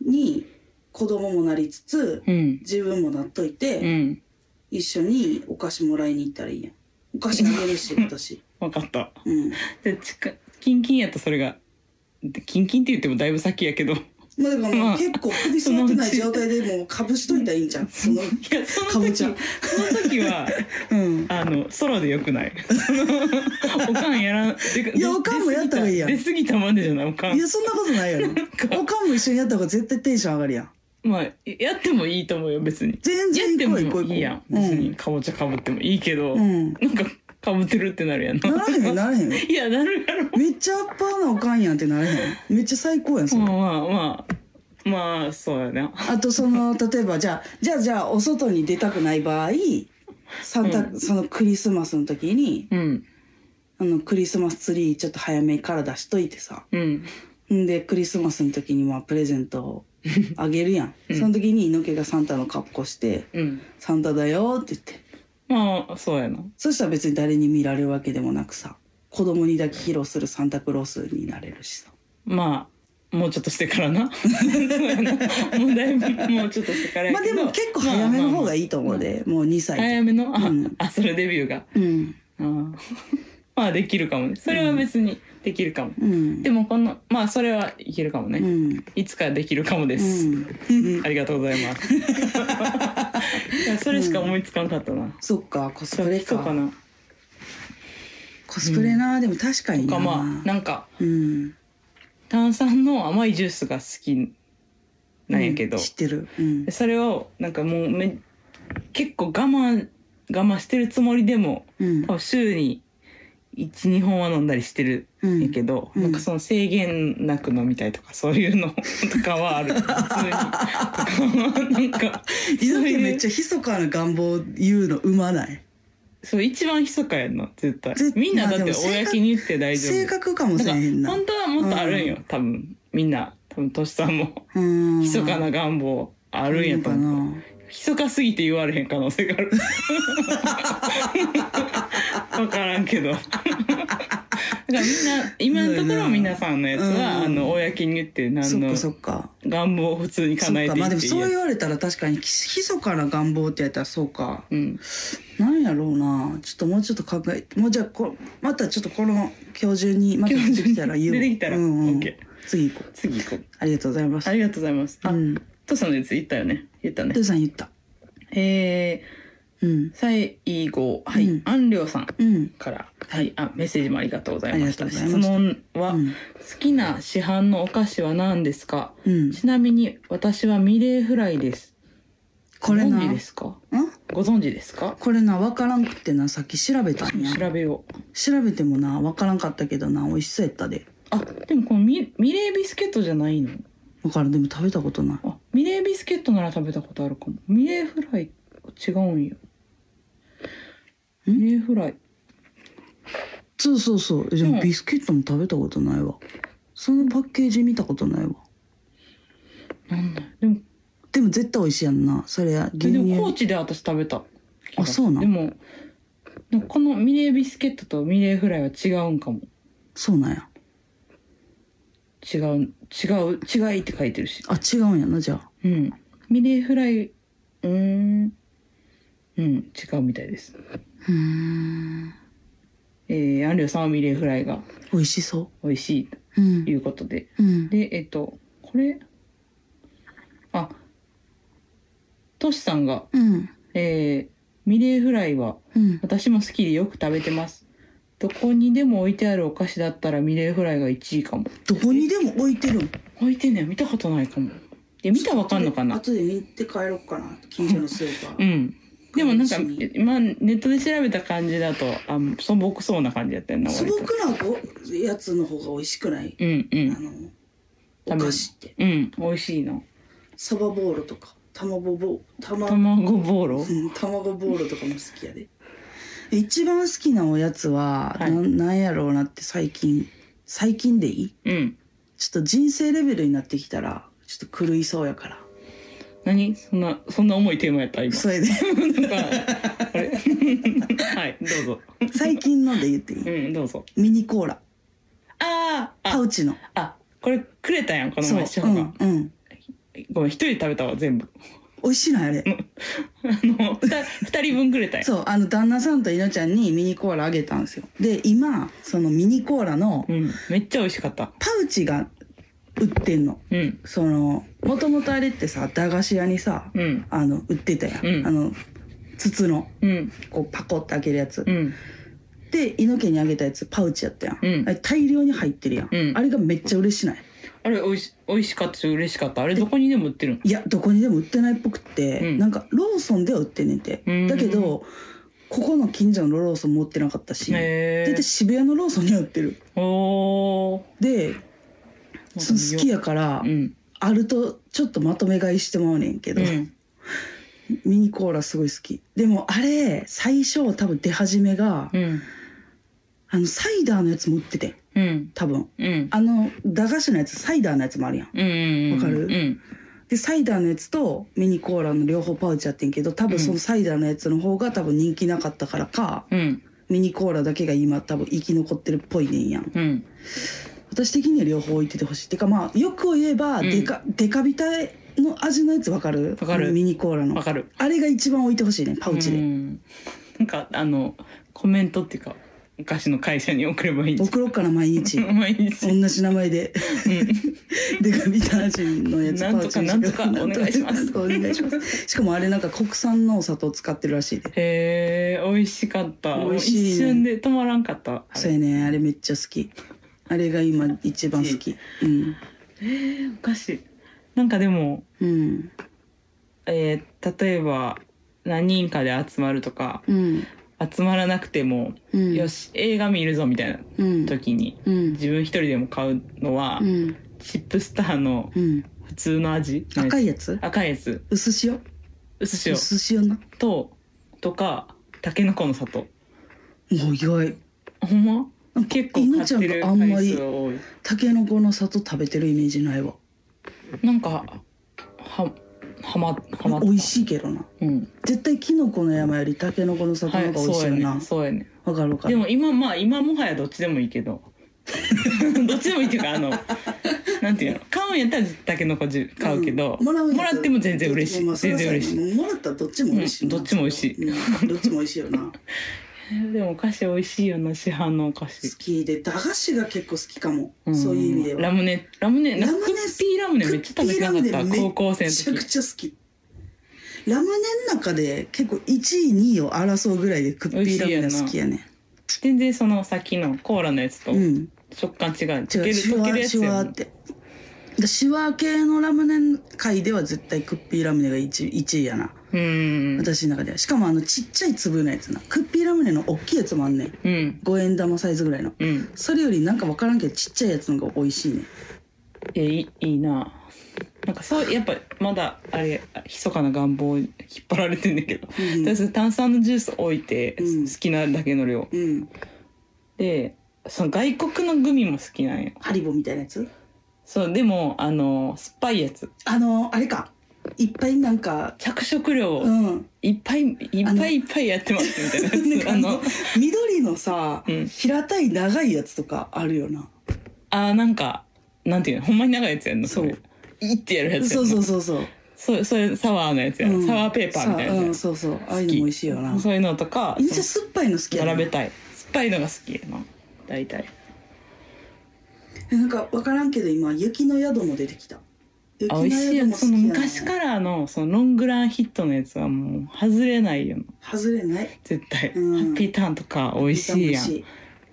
Speaker 1: に子供もなりつつ
Speaker 2: うん。
Speaker 1: 自分もなっというて
Speaker 2: ん。
Speaker 1: 一緒にお菓子もらいに行ったらいいやんお菓子あげるし私
Speaker 2: わかった。
Speaker 1: うん
Speaker 2: でちかキンキンやったらそれがでキンキンって言ってもだいぶ先やけどい
Speaker 1: まあだから
Speaker 2: ま
Speaker 1: もう
Speaker 2: あ
Speaker 1: 結構首座ってない状態でもうかぶしといたらいいんじゃんその
Speaker 2: やそ
Speaker 1: か
Speaker 2: の
Speaker 1: ぼ
Speaker 2: 時
Speaker 1: ち
Speaker 2: そ
Speaker 1: ゃ
Speaker 2: の時は
Speaker 1: うん
Speaker 2: あの空でよ くないそのおかんやらてか
Speaker 1: いやおかんもやった方がいいやん
Speaker 2: 出過ぎたまでじゃないおか
Speaker 1: い
Speaker 2: ん
Speaker 1: やそんなことないやろおかんも一緒にやった方が絶対テンション上がるやん
Speaker 2: まあやってもいいと思うよ別に
Speaker 1: 全
Speaker 2: やっ
Speaker 1: 然
Speaker 2: て
Speaker 1: 行こ
Speaker 2: も
Speaker 1: う行こう行こう
Speaker 2: いいやん
Speaker 1: う
Speaker 2: 別に
Speaker 1: ん、
Speaker 2: かぼちゃかぶってもいいけど、
Speaker 1: うん、
Speaker 2: なんかかぶってるってなるやんな
Speaker 1: ならへんならへん
Speaker 2: いやなるやろ
Speaker 1: めっちゃアッパーなおかんやんってならへんめっちゃ最高やんそれ
Speaker 2: まあまあまあまあそうやな
Speaker 1: あとその例えばじゃあじゃあじゃあお外に出たくない場合サンタ、
Speaker 2: うん
Speaker 1: そのクリスマスの時に
Speaker 2: うん
Speaker 1: あのクリスマスツリーちょっと早めから出しといてさ
Speaker 2: うん
Speaker 1: んでクリスマスの時にまあプレゼントをあげるやん、
Speaker 2: うん
Speaker 1: その時に猪木がサンタの格好して
Speaker 2: うん
Speaker 1: 「サンタだよ」って言って
Speaker 2: まあそうやな
Speaker 1: そしたら別に誰に見られるわけでもなくさ子供にだけ披露するサンタクロースになれるしさ
Speaker 2: まあもうちょっとしてから なもうだいぶもうちょっとしてからや
Speaker 1: まあでも結構早めの方がいいと思うで、もう2歳
Speaker 2: 早めのあ,、
Speaker 1: うん
Speaker 2: あそれデビューが
Speaker 1: うん
Speaker 2: あーまあできるかもねそれは別にできるかも、
Speaker 1: うん
Speaker 2: でもこのまあそれはいけるかもね、
Speaker 1: うん
Speaker 2: いつかできるかもで
Speaker 1: う
Speaker 2: す、
Speaker 1: んうん
Speaker 2: ありがとうございま すいやそれしか思いつかんかったな、
Speaker 1: そっかコス
Speaker 2: そう
Speaker 1: プレ
Speaker 2: 聞こ
Speaker 1: か
Speaker 2: うかな
Speaker 1: コスプレな、でも確かに
Speaker 2: と
Speaker 1: な
Speaker 2: かまあなんか
Speaker 1: うん
Speaker 2: 炭酸の甘いジュースが好きなんやけど、
Speaker 1: う知ってるうん
Speaker 2: でそれをなんかもうめ結構我慢我慢してるつもりでも
Speaker 1: うん
Speaker 2: 多分週に12本は飲んだりしてる
Speaker 1: うん
Speaker 2: や
Speaker 1: ん
Speaker 2: けど、
Speaker 1: うん
Speaker 2: なんかその制限なく飲みたいとかそういうの とかはある普通になんかそう
Speaker 1: 猪木
Speaker 2: い
Speaker 1: めっ
Speaker 2: う
Speaker 1: ちゃ密かな願望言うの生まない
Speaker 2: そう一番密かやんな絶対
Speaker 1: 絶
Speaker 2: みんなだっ
Speaker 1: まあで
Speaker 2: て
Speaker 1: も性格
Speaker 2: 公に言って大丈
Speaker 1: 性
Speaker 2: 夫
Speaker 1: 格かもしれへん
Speaker 2: なんか
Speaker 1: な
Speaker 2: 本当はもっとあるんよ、
Speaker 1: う
Speaker 2: 多分みんな多分としさんも
Speaker 1: うん
Speaker 2: 密かな願望あるんや
Speaker 1: か
Speaker 2: と思う
Speaker 1: な
Speaker 2: 密かすぎて言われへん可能性が ある分からんけどだからみんな今のところ皆さんのやつは、
Speaker 1: うん
Speaker 2: あの公に言って
Speaker 1: そ
Speaker 2: 何
Speaker 1: っ
Speaker 2: の
Speaker 1: かそっか
Speaker 2: 願望を普通に
Speaker 1: そ
Speaker 2: 叶
Speaker 1: っ
Speaker 2: え
Speaker 1: か
Speaker 2: てい
Speaker 1: まあで
Speaker 2: っ
Speaker 1: も
Speaker 2: てい
Speaker 1: そう
Speaker 2: い
Speaker 1: 言
Speaker 2: や
Speaker 1: われたら確かに密かな願望ってやったらそうか
Speaker 2: つうん
Speaker 1: なんやろうなちょっともうちょっと考えもうじゃあこまたちょっとこの今日中にまた出てきたら言うわ
Speaker 2: 出てきたら
Speaker 1: うんうん
Speaker 2: OK
Speaker 1: 次行こう
Speaker 2: 次行こう
Speaker 1: ありがとうございます
Speaker 2: ありがとうございますあ、
Speaker 1: うん
Speaker 2: トさんのやつ言ったよね言ったね
Speaker 1: トゥさん言った
Speaker 2: え
Speaker 1: うん
Speaker 2: ー、最後はい、
Speaker 1: うん
Speaker 2: あんりょうさん
Speaker 1: うん
Speaker 2: からはいあメッセージもありがとうございました
Speaker 1: ありがとう
Speaker 2: 質
Speaker 1: ございま
Speaker 2: 問は、
Speaker 1: うん
Speaker 2: 好きな市販のお菓子は何ですか
Speaker 1: うん
Speaker 2: ちなみに私はミレーフライです。
Speaker 1: これ
Speaker 2: ご
Speaker 1: な
Speaker 2: 存知ですか？
Speaker 1: ん
Speaker 2: ご存知ですか？
Speaker 1: これな分からんくってなさっき調べたんや
Speaker 2: 調べよう。
Speaker 1: 調べてもな分からんかったけどな美味しそうやったで
Speaker 2: あ、でもこのミミレービスケットじゃないの？
Speaker 1: だからんでも食べたことない
Speaker 2: あ、ミレービスケットなら食べたことあるかも。ミレーフライ違うんよミレーフライ
Speaker 1: そうそうそうで
Speaker 2: う
Speaker 1: も
Speaker 2: ん
Speaker 1: ビスケットも食べたことないわそのパッケージ見たことないわ
Speaker 2: なんだでも
Speaker 1: でも絶対美味しいやんなそれや
Speaker 2: で
Speaker 1: 牛
Speaker 2: も高
Speaker 1: 乳
Speaker 2: 知で私食べた
Speaker 1: あそうなん
Speaker 2: でもなんかこのミレービスケットとミレーフライは違うんかも
Speaker 1: そうなんや
Speaker 2: 違う違う違いって書いてるし
Speaker 1: あ違うんやなじゃあ
Speaker 2: うんミレーフライうーんうん違うみたいです
Speaker 1: うーん
Speaker 2: えー、アンリュさんはミレーフライが
Speaker 1: 美味しそ
Speaker 2: 美味しいう
Speaker 1: う
Speaker 2: と
Speaker 1: ん
Speaker 2: いうことで
Speaker 1: うん
Speaker 2: でえっとこれあトシさんが、
Speaker 1: うん
Speaker 2: えーミレーフライは
Speaker 1: うん
Speaker 2: 私も好きでよく食べてますどこにでも置いてあるお菓子だったらミレーフライが1位かも
Speaker 1: どこにでも置いてるん
Speaker 2: 置いてんねん見たことないかもいや見たらわかんのかな
Speaker 1: 後で見て帰ろうかな近所のスーパー
Speaker 2: うんでもなんか
Speaker 1: この位置
Speaker 2: 今ネットで調べた感じだとあ素朴そうな感じやったよな
Speaker 1: 素
Speaker 2: 割と
Speaker 1: 朴なごやつの方が美味しくない
Speaker 2: うんう
Speaker 1: あ
Speaker 2: ん
Speaker 1: のお菓子って
Speaker 2: うん美味しいな
Speaker 1: サバボーロとか卵ボ卵
Speaker 2: 卵ボーロ
Speaker 1: うん卵ボーロとかも好きやで一番好きなおやつは、
Speaker 2: はい
Speaker 1: ななんやろうなって最近最近でいい
Speaker 2: うん
Speaker 1: ちょっと人生レベルになってきたらちょっと狂いそうやから
Speaker 2: 何そんなそんな重いテーマやった今
Speaker 1: それで
Speaker 2: なんかあれ はいどうぞ
Speaker 1: 最近ので言っていい
Speaker 2: うんどうぞ
Speaker 1: ミニコーラ
Speaker 2: あー
Speaker 1: パ
Speaker 2: あ
Speaker 1: ウチの
Speaker 2: あこれくれたやんこの
Speaker 1: そう
Speaker 2: 前ショーが、
Speaker 1: うんうん
Speaker 2: ごめん一人食べたわ全部
Speaker 1: 美味しいなあれ
Speaker 2: あのふた二人分くれたやん
Speaker 1: そうあの旦那さんといのちゃんにミニコーラあげたんですよで今そのミニコーラの
Speaker 2: うん、めっちゃ美味しかった
Speaker 1: パウチが売ってんの
Speaker 2: うん
Speaker 1: そのもともとあれってさ駄菓子屋にさ、
Speaker 2: うん
Speaker 1: あの売ってたやん、
Speaker 2: うん
Speaker 1: あの筒の
Speaker 2: うん
Speaker 1: こうパコって開けるやつ、
Speaker 2: うん
Speaker 1: で猪木にあげたやつパウチやったやん、
Speaker 2: うん
Speaker 1: あれ大量に入ってるやん、
Speaker 2: うん
Speaker 1: あれがめっちゃ嬉しない
Speaker 2: あれ美味し美味しかったし嬉しかったあれどこにでも売ってるの
Speaker 1: いやどこにでも売ってないっぽくって、
Speaker 2: うん
Speaker 1: なんかローソンでは売ってんねんて、
Speaker 2: うん
Speaker 1: だけどここの近所のローソン持ってなかったし、
Speaker 2: へ
Speaker 1: 大体
Speaker 2: え
Speaker 1: 渋谷のローソンには売ってる
Speaker 2: おー
Speaker 1: でその好き
Speaker 2: や
Speaker 1: やから、
Speaker 2: うん
Speaker 1: あるとちょっとまとめ買いしてまうねんけ
Speaker 2: う
Speaker 1: ど、
Speaker 2: ん
Speaker 1: ミニコーラすごい好きでもあれ最初多分出始めが、
Speaker 2: うん
Speaker 1: あのサイダーのやつも売ってて
Speaker 2: うん
Speaker 1: 多分
Speaker 2: うん
Speaker 1: あの駄菓子のやつサイダーのやつもあるやん
Speaker 2: うんうん
Speaker 1: わかる
Speaker 2: うん
Speaker 1: でサイダーのやつとミニコーラの両方パウチやってんけど多分そのサイダーのやつの方が多分人気なかったからか、
Speaker 2: うん
Speaker 1: ミニコーラだけが今多分生き残ってるっぽいねんやん
Speaker 2: うん
Speaker 1: 私的には両方置いててほしいてかまあよく言えば
Speaker 2: うん
Speaker 1: デカ,、デカビタの味のやつわかる
Speaker 2: わかる
Speaker 1: あのミニコーラ
Speaker 2: わ
Speaker 1: の
Speaker 2: かる
Speaker 1: あれが一番置いてほしいねパウチ
Speaker 2: う
Speaker 1: で
Speaker 2: んなんかあのコメントっていうかお菓子の会社に送ればいいんじ
Speaker 1: 送ろうかな毎日
Speaker 2: ゃん毎
Speaker 1: 同
Speaker 2: 日
Speaker 1: じ名前で デカビタ味のやつ
Speaker 2: なんとかなんとか
Speaker 1: パウチに
Speaker 2: お願いします
Speaker 1: なんとかお願いしますしかもあれなんか国産のお砂糖使ってるらしいで
Speaker 2: へえ美味しかった
Speaker 1: 美味しいね
Speaker 2: 一瞬で止まらんかったあれ
Speaker 1: そうやねあれめっちゃ好きあれが今一番好きうん
Speaker 2: お菓子なんかでも、
Speaker 1: うん
Speaker 2: えー例えば何人かで集まるとか
Speaker 1: うん
Speaker 2: 集まらなくても、
Speaker 1: うん
Speaker 2: よし映画見るぞみたいな
Speaker 1: うん
Speaker 2: 時に
Speaker 1: うん
Speaker 2: 自分一人でも買うのは、
Speaker 1: うん
Speaker 2: チップスターの
Speaker 1: うん
Speaker 2: 普通の味
Speaker 1: 赤いやつ
Speaker 2: 赤いやつ
Speaker 1: 薄塩
Speaker 2: 薄塩
Speaker 1: 薄塩な
Speaker 2: ととかたけのこの里
Speaker 1: もう意外
Speaker 2: ほんま
Speaker 1: なんか
Speaker 2: 結構買
Speaker 1: 犬
Speaker 2: ってる
Speaker 1: ちゃんがあんま
Speaker 2: 回
Speaker 1: り
Speaker 2: 数が多い
Speaker 1: たけのこの里食べてるイメージないわ
Speaker 2: なんかははまはまった
Speaker 1: 美味しいけどな
Speaker 2: うん
Speaker 1: 絶対きのこの山よりたけのこの里
Speaker 2: は
Speaker 1: の方が
Speaker 2: い
Speaker 1: 美味
Speaker 2: そ
Speaker 1: し
Speaker 2: う
Speaker 1: い
Speaker 2: や
Speaker 1: よなわ、
Speaker 2: ねそうやね
Speaker 1: かるわか
Speaker 2: で
Speaker 1: る
Speaker 2: も今まあ今もはやどっちでもいいけど どっちでもいいっていうかあのなんていうの買うんやったらたけのこじ買うけど、
Speaker 1: んもらうやつ
Speaker 2: もらっても全然嬉しい
Speaker 1: まあそり
Speaker 2: 全
Speaker 1: ゃ
Speaker 2: 然嬉しい
Speaker 1: そうやなもらったらどっちも嬉しいな、
Speaker 2: うんどっちも美味しい
Speaker 1: うんどっちも美味しいよな 好
Speaker 2: えでもお菓子美味しいよな市販のお菓子、
Speaker 1: きで駄菓子が結構好きかも、
Speaker 2: ん
Speaker 1: そういう意味では
Speaker 2: ラムネラムネなんか
Speaker 1: ラム
Speaker 2: ク
Speaker 1: ネ
Speaker 2: ッピーラムネめっちゃ食べてなか
Speaker 1: クッピーラ
Speaker 2: っ
Speaker 1: ム
Speaker 2: た
Speaker 1: ネ
Speaker 2: 高校生の
Speaker 1: めちゃく
Speaker 2: 時
Speaker 1: ちゃ好きラムネの中で結構1位2位を争うぐらいでクッピーラムネが好きやね
Speaker 2: 全然そのさっきのコーラのやつと
Speaker 1: うん
Speaker 2: 食感違う、
Speaker 1: 違
Speaker 2: 溶け
Speaker 1: う
Speaker 2: る
Speaker 1: シュ
Speaker 2: 溶
Speaker 1: ワ
Speaker 2: けるや
Speaker 1: シ
Speaker 2: つ
Speaker 1: ュ
Speaker 2: や
Speaker 1: ワ
Speaker 2: も
Speaker 1: っ
Speaker 2: ん
Speaker 1: てでシュワ系のラムネ界では絶対クッピーラムネが 1, 一位やな
Speaker 2: うん
Speaker 1: 私の中ではしかもあのちっちゃい粒のやつなクッピーラムネの大きいやつもあんねん
Speaker 2: うん
Speaker 1: 5円玉サイズぐらいの
Speaker 2: うん
Speaker 1: それよりなんか分からんけどちっちゃいやつの方が美味しいね
Speaker 2: えいいいいななんかそうやっぱまだあれ密かな願望に引っ張られてんだけど、と
Speaker 1: うん
Speaker 2: りあえず炭酸のジュース置いて、
Speaker 1: うん
Speaker 2: 好きなだけの量
Speaker 1: うん
Speaker 2: でその外国のグミも好きなんよ
Speaker 1: ハリボーみたいなやつ
Speaker 2: そうでもあの酸っぱいやつ
Speaker 1: あのあれかいっぱいなんか
Speaker 2: 着色料
Speaker 1: うん
Speaker 2: いっぱいいっぱいいっぱいやってますみたいなやつあ
Speaker 1: なんかあ
Speaker 2: の
Speaker 1: の緑のさ、
Speaker 2: うん
Speaker 1: 平たい長いやつとかあるよな
Speaker 2: あーなんかなんていうのほんまに長いやつやんの
Speaker 1: そう
Speaker 2: れいってやるやつやん
Speaker 1: そ
Speaker 2: の
Speaker 1: うそうそうそう、
Speaker 2: そうそれサワーのやつや、、
Speaker 1: うんん
Speaker 2: サワーペーパーみたいな
Speaker 1: さ
Speaker 2: やつやん、
Speaker 1: うんそうそうああいうのも美味しいよな
Speaker 2: そういうのとか
Speaker 1: めっちゃ酸っぱいの好きやな
Speaker 2: 並べたい酸っぱいのが好きやな大体
Speaker 1: えなんか分からんけど今雪の宿も出てきた雪
Speaker 2: あ美味しいよ
Speaker 1: の
Speaker 2: ね
Speaker 1: 宿
Speaker 2: そ
Speaker 1: も
Speaker 2: の
Speaker 1: 好きやな
Speaker 2: 昔からのそのロングランヒットのやつはもう外れないよな
Speaker 1: 外れない
Speaker 2: 絶対、
Speaker 1: うん
Speaker 2: ハッピーターンとか美味しいやん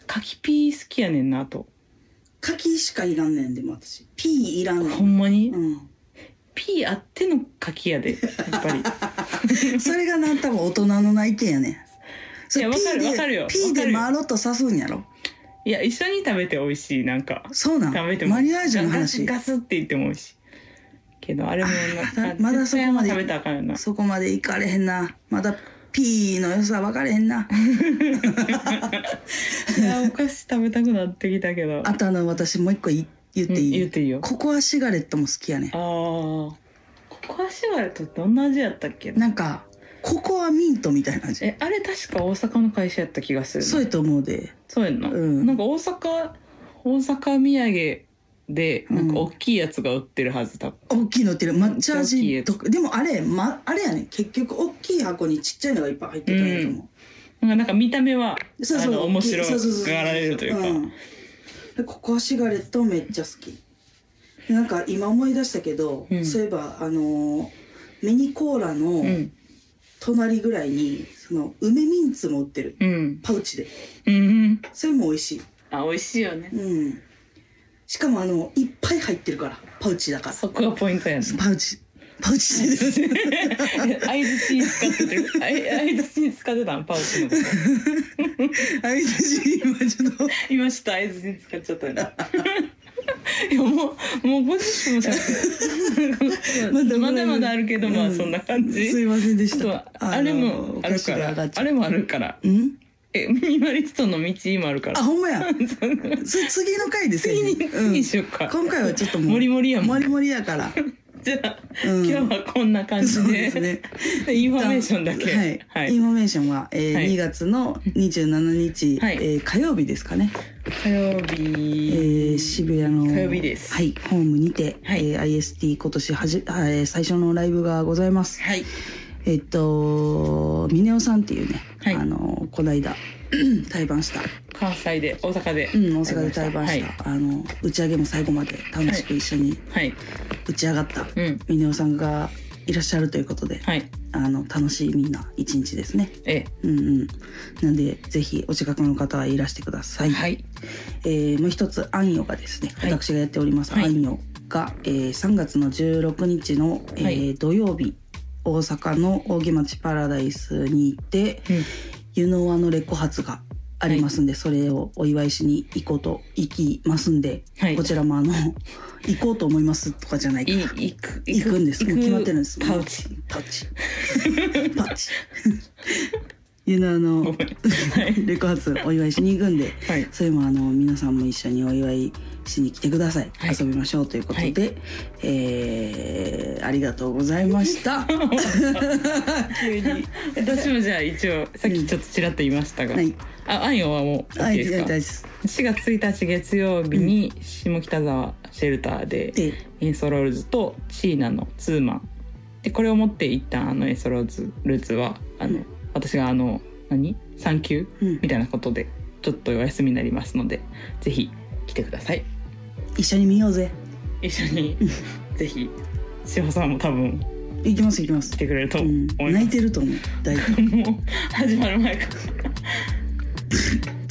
Speaker 2: カキピー好きやねんなあと
Speaker 1: 牡蠣しかいらんねんでも私ピーいらんね
Speaker 2: ほ
Speaker 1: ん、
Speaker 2: んまに、
Speaker 1: う
Speaker 2: ピーあってのカキやでやっぱ り
Speaker 1: ん、それがな多分大人のな意見やねんそれ
Speaker 2: いやわかる
Speaker 1: ピーで
Speaker 2: わかるよ
Speaker 1: ピー
Speaker 2: わかる
Speaker 1: で
Speaker 2: よ
Speaker 1: 回ろうとさすんやろ
Speaker 2: いや一緒に食べて美味しいなんか
Speaker 1: そうなん
Speaker 2: 食べても
Speaker 1: マリアージュの
Speaker 2: ガス
Speaker 1: 話
Speaker 2: ガスって言っても美味しいけどあれもな
Speaker 1: あまだそこまで
Speaker 2: 絶対食べたらあかんよな
Speaker 1: そこまでいかれへんなまだピーの良さ分かれへんない
Speaker 2: やお菓子食べたくなってきたけど
Speaker 1: あとあの私もう一個い言っていい、
Speaker 2: うん言っていいよ
Speaker 1: ココアシガレットも好きやねん
Speaker 2: ああーココアシガレットってどんな味やったっけ
Speaker 1: なんかココアミントみたいな味
Speaker 2: えあれ確か大阪の会社やった気がするな
Speaker 1: そうやと思うで
Speaker 2: そうやんな、
Speaker 1: うん
Speaker 2: なんか大阪大阪土産でなんか大きいやつが売ってるはず多分、
Speaker 1: 大きいの売ってる抹茶
Speaker 2: 大きい
Speaker 1: 味
Speaker 2: やつ
Speaker 1: とかでもあれ、ま、あれやねん結局大きい箱にちっちゃいのがいっぱい入ってたんやと思う、
Speaker 2: なんかなんか見た目は
Speaker 1: そうそう
Speaker 2: あの面白
Speaker 1: そうそうそうそう
Speaker 2: がられるというか
Speaker 1: んでココアシガレットめっちゃ好きでなんか今思い出したけど、
Speaker 2: うん
Speaker 1: そういえばあのーミニコーラ
Speaker 2: う
Speaker 1: の
Speaker 2: ん
Speaker 1: 隣ぐらいに、その梅ミンツも売ってる
Speaker 2: うん
Speaker 1: パウチで
Speaker 2: うん、うん、
Speaker 1: それも美味し
Speaker 2: あ美味しいよね
Speaker 1: いうんしかもあのいっぱい入ってるからパウチだから
Speaker 2: そこがポイント やね
Speaker 1: パウチパウチで
Speaker 2: アイズチー使ってる。アイアイズチー使ってたんパウチのこと。
Speaker 1: あい私今ちょっと
Speaker 2: 今ちょっとアイズチー使っちゃったよね。いやもうもう50分も
Speaker 1: まだ
Speaker 2: 経ってまだまだあるけど、ま
Speaker 1: う
Speaker 2: あそんな感
Speaker 1: すい
Speaker 2: じ。
Speaker 1: ませんで
Speaker 2: あ
Speaker 1: し
Speaker 2: と
Speaker 1: た
Speaker 2: はあれも
Speaker 1: の
Speaker 2: あ
Speaker 1: お菓
Speaker 2: る
Speaker 1: 子
Speaker 2: か
Speaker 1: が
Speaker 2: ら
Speaker 1: 上がっちゃ
Speaker 2: あ
Speaker 1: う
Speaker 2: れもあるから
Speaker 1: うん
Speaker 2: えミニマリストの道もあるから
Speaker 1: あ、ほんまや。それ次の回ですよ、
Speaker 2: 次
Speaker 1: ね。
Speaker 2: に次に
Speaker 1: うん
Speaker 2: しようか
Speaker 1: 今回はちょっともう。
Speaker 2: モリモリやも
Speaker 1: も
Speaker 2: ん
Speaker 1: りもりやから。
Speaker 2: じゃあ
Speaker 1: うん
Speaker 2: 今日はこんな感じ
Speaker 1: そうです
Speaker 2: で
Speaker 1: ね。
Speaker 2: インフォメーションだけ
Speaker 1: はい。
Speaker 2: はい
Speaker 1: インフォメーションは、えー
Speaker 2: はい
Speaker 1: 2月の27日、
Speaker 2: はい
Speaker 1: えー火曜日ですかね。
Speaker 2: 火曜
Speaker 1: え
Speaker 2: 日
Speaker 1: ー渋谷の
Speaker 2: 火曜日です
Speaker 1: はい、ホームにて、
Speaker 2: はい
Speaker 1: えー IST 今年はじ、えー最初のライブがございます。
Speaker 2: はい
Speaker 1: えっと、ミネオさんっていうね、
Speaker 2: はい
Speaker 1: あのこないだ 対バンした
Speaker 2: 関西で大阪で、
Speaker 1: うん、大阪で対バンした、
Speaker 2: は
Speaker 1: あの打ち上げも最後まで楽しく一緒に
Speaker 2: い、はい、
Speaker 1: 打ち上がった
Speaker 2: うん
Speaker 1: ミネオさんがいらっしゃるということで、
Speaker 2: はい
Speaker 1: あの楽しみな一日ですね。
Speaker 2: え
Speaker 1: うんうん、なんでぜひお近くの方はいらしてください。
Speaker 2: えはい
Speaker 1: えーもう一つ「あんよ」がですね、
Speaker 2: はい
Speaker 1: 私がやっております「
Speaker 2: はい
Speaker 1: あんよ」が、えー3月の16日の、えー
Speaker 2: はい
Speaker 1: 土曜日大阪の扇町パラダイスにて
Speaker 2: うん
Speaker 1: 湯の輪のレコ発がありますんで、それをお祝いしに行こうと行きますんで、
Speaker 2: はい
Speaker 1: こちらもあの行こうと思いますとかじゃないか
Speaker 2: い行く
Speaker 1: 行くんですもう決まってるんです
Speaker 2: パウチ
Speaker 1: パッチパッチ湯の輪の
Speaker 2: ごめんはい
Speaker 1: レコ発お祝いしに行くんで。
Speaker 2: はい
Speaker 1: それもあの皆さんも一緒にお祝いしに来てください、
Speaker 2: はい
Speaker 1: 遊びましょうということで、えーありがとうございましたは
Speaker 2: 急に私もじゃあ一応さっきちょっとちらっと言いましたが、
Speaker 1: い
Speaker 2: ああんよはもう OK
Speaker 1: はい
Speaker 2: です
Speaker 1: 大
Speaker 2: か
Speaker 1: 丈夫です
Speaker 2: 4月1日月曜日に下北沢シェルターで
Speaker 1: で
Speaker 2: エンソロールズとシーナのツーマンでこれを持って一旦あのエンソロールズルーツはあ
Speaker 1: う
Speaker 2: の、
Speaker 1: ん
Speaker 2: 私があの何産休
Speaker 1: うん
Speaker 2: みたいなことでちょっとお休みになりますのでぜひ来てください
Speaker 1: 一緒に見ようぜ
Speaker 2: 一緒に ぜひ志保さんも多分
Speaker 1: 行きます行きます
Speaker 2: 来、てくれると
Speaker 1: う
Speaker 2: 思い
Speaker 1: ん、
Speaker 2: ます、
Speaker 1: 泣いてると思う大丈夫
Speaker 2: もう始まる前から
Speaker 1: と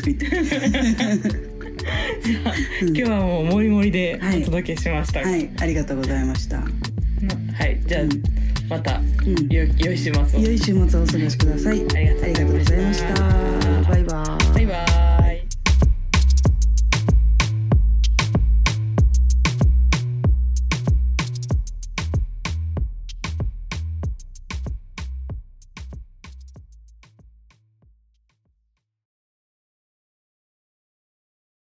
Speaker 1: 言って、うん
Speaker 2: 今日は もうモリモリで
Speaker 1: はい
Speaker 2: お届けしましたが
Speaker 1: はいありがとうございました
Speaker 2: はい、じゃあ
Speaker 1: うん
Speaker 2: また
Speaker 1: うん
Speaker 2: よ良い週末を
Speaker 1: 良い週末をお過ごしください
Speaker 2: ありがとうございました
Speaker 1: ありがとうございましたバイバーイ
Speaker 2: バイバイ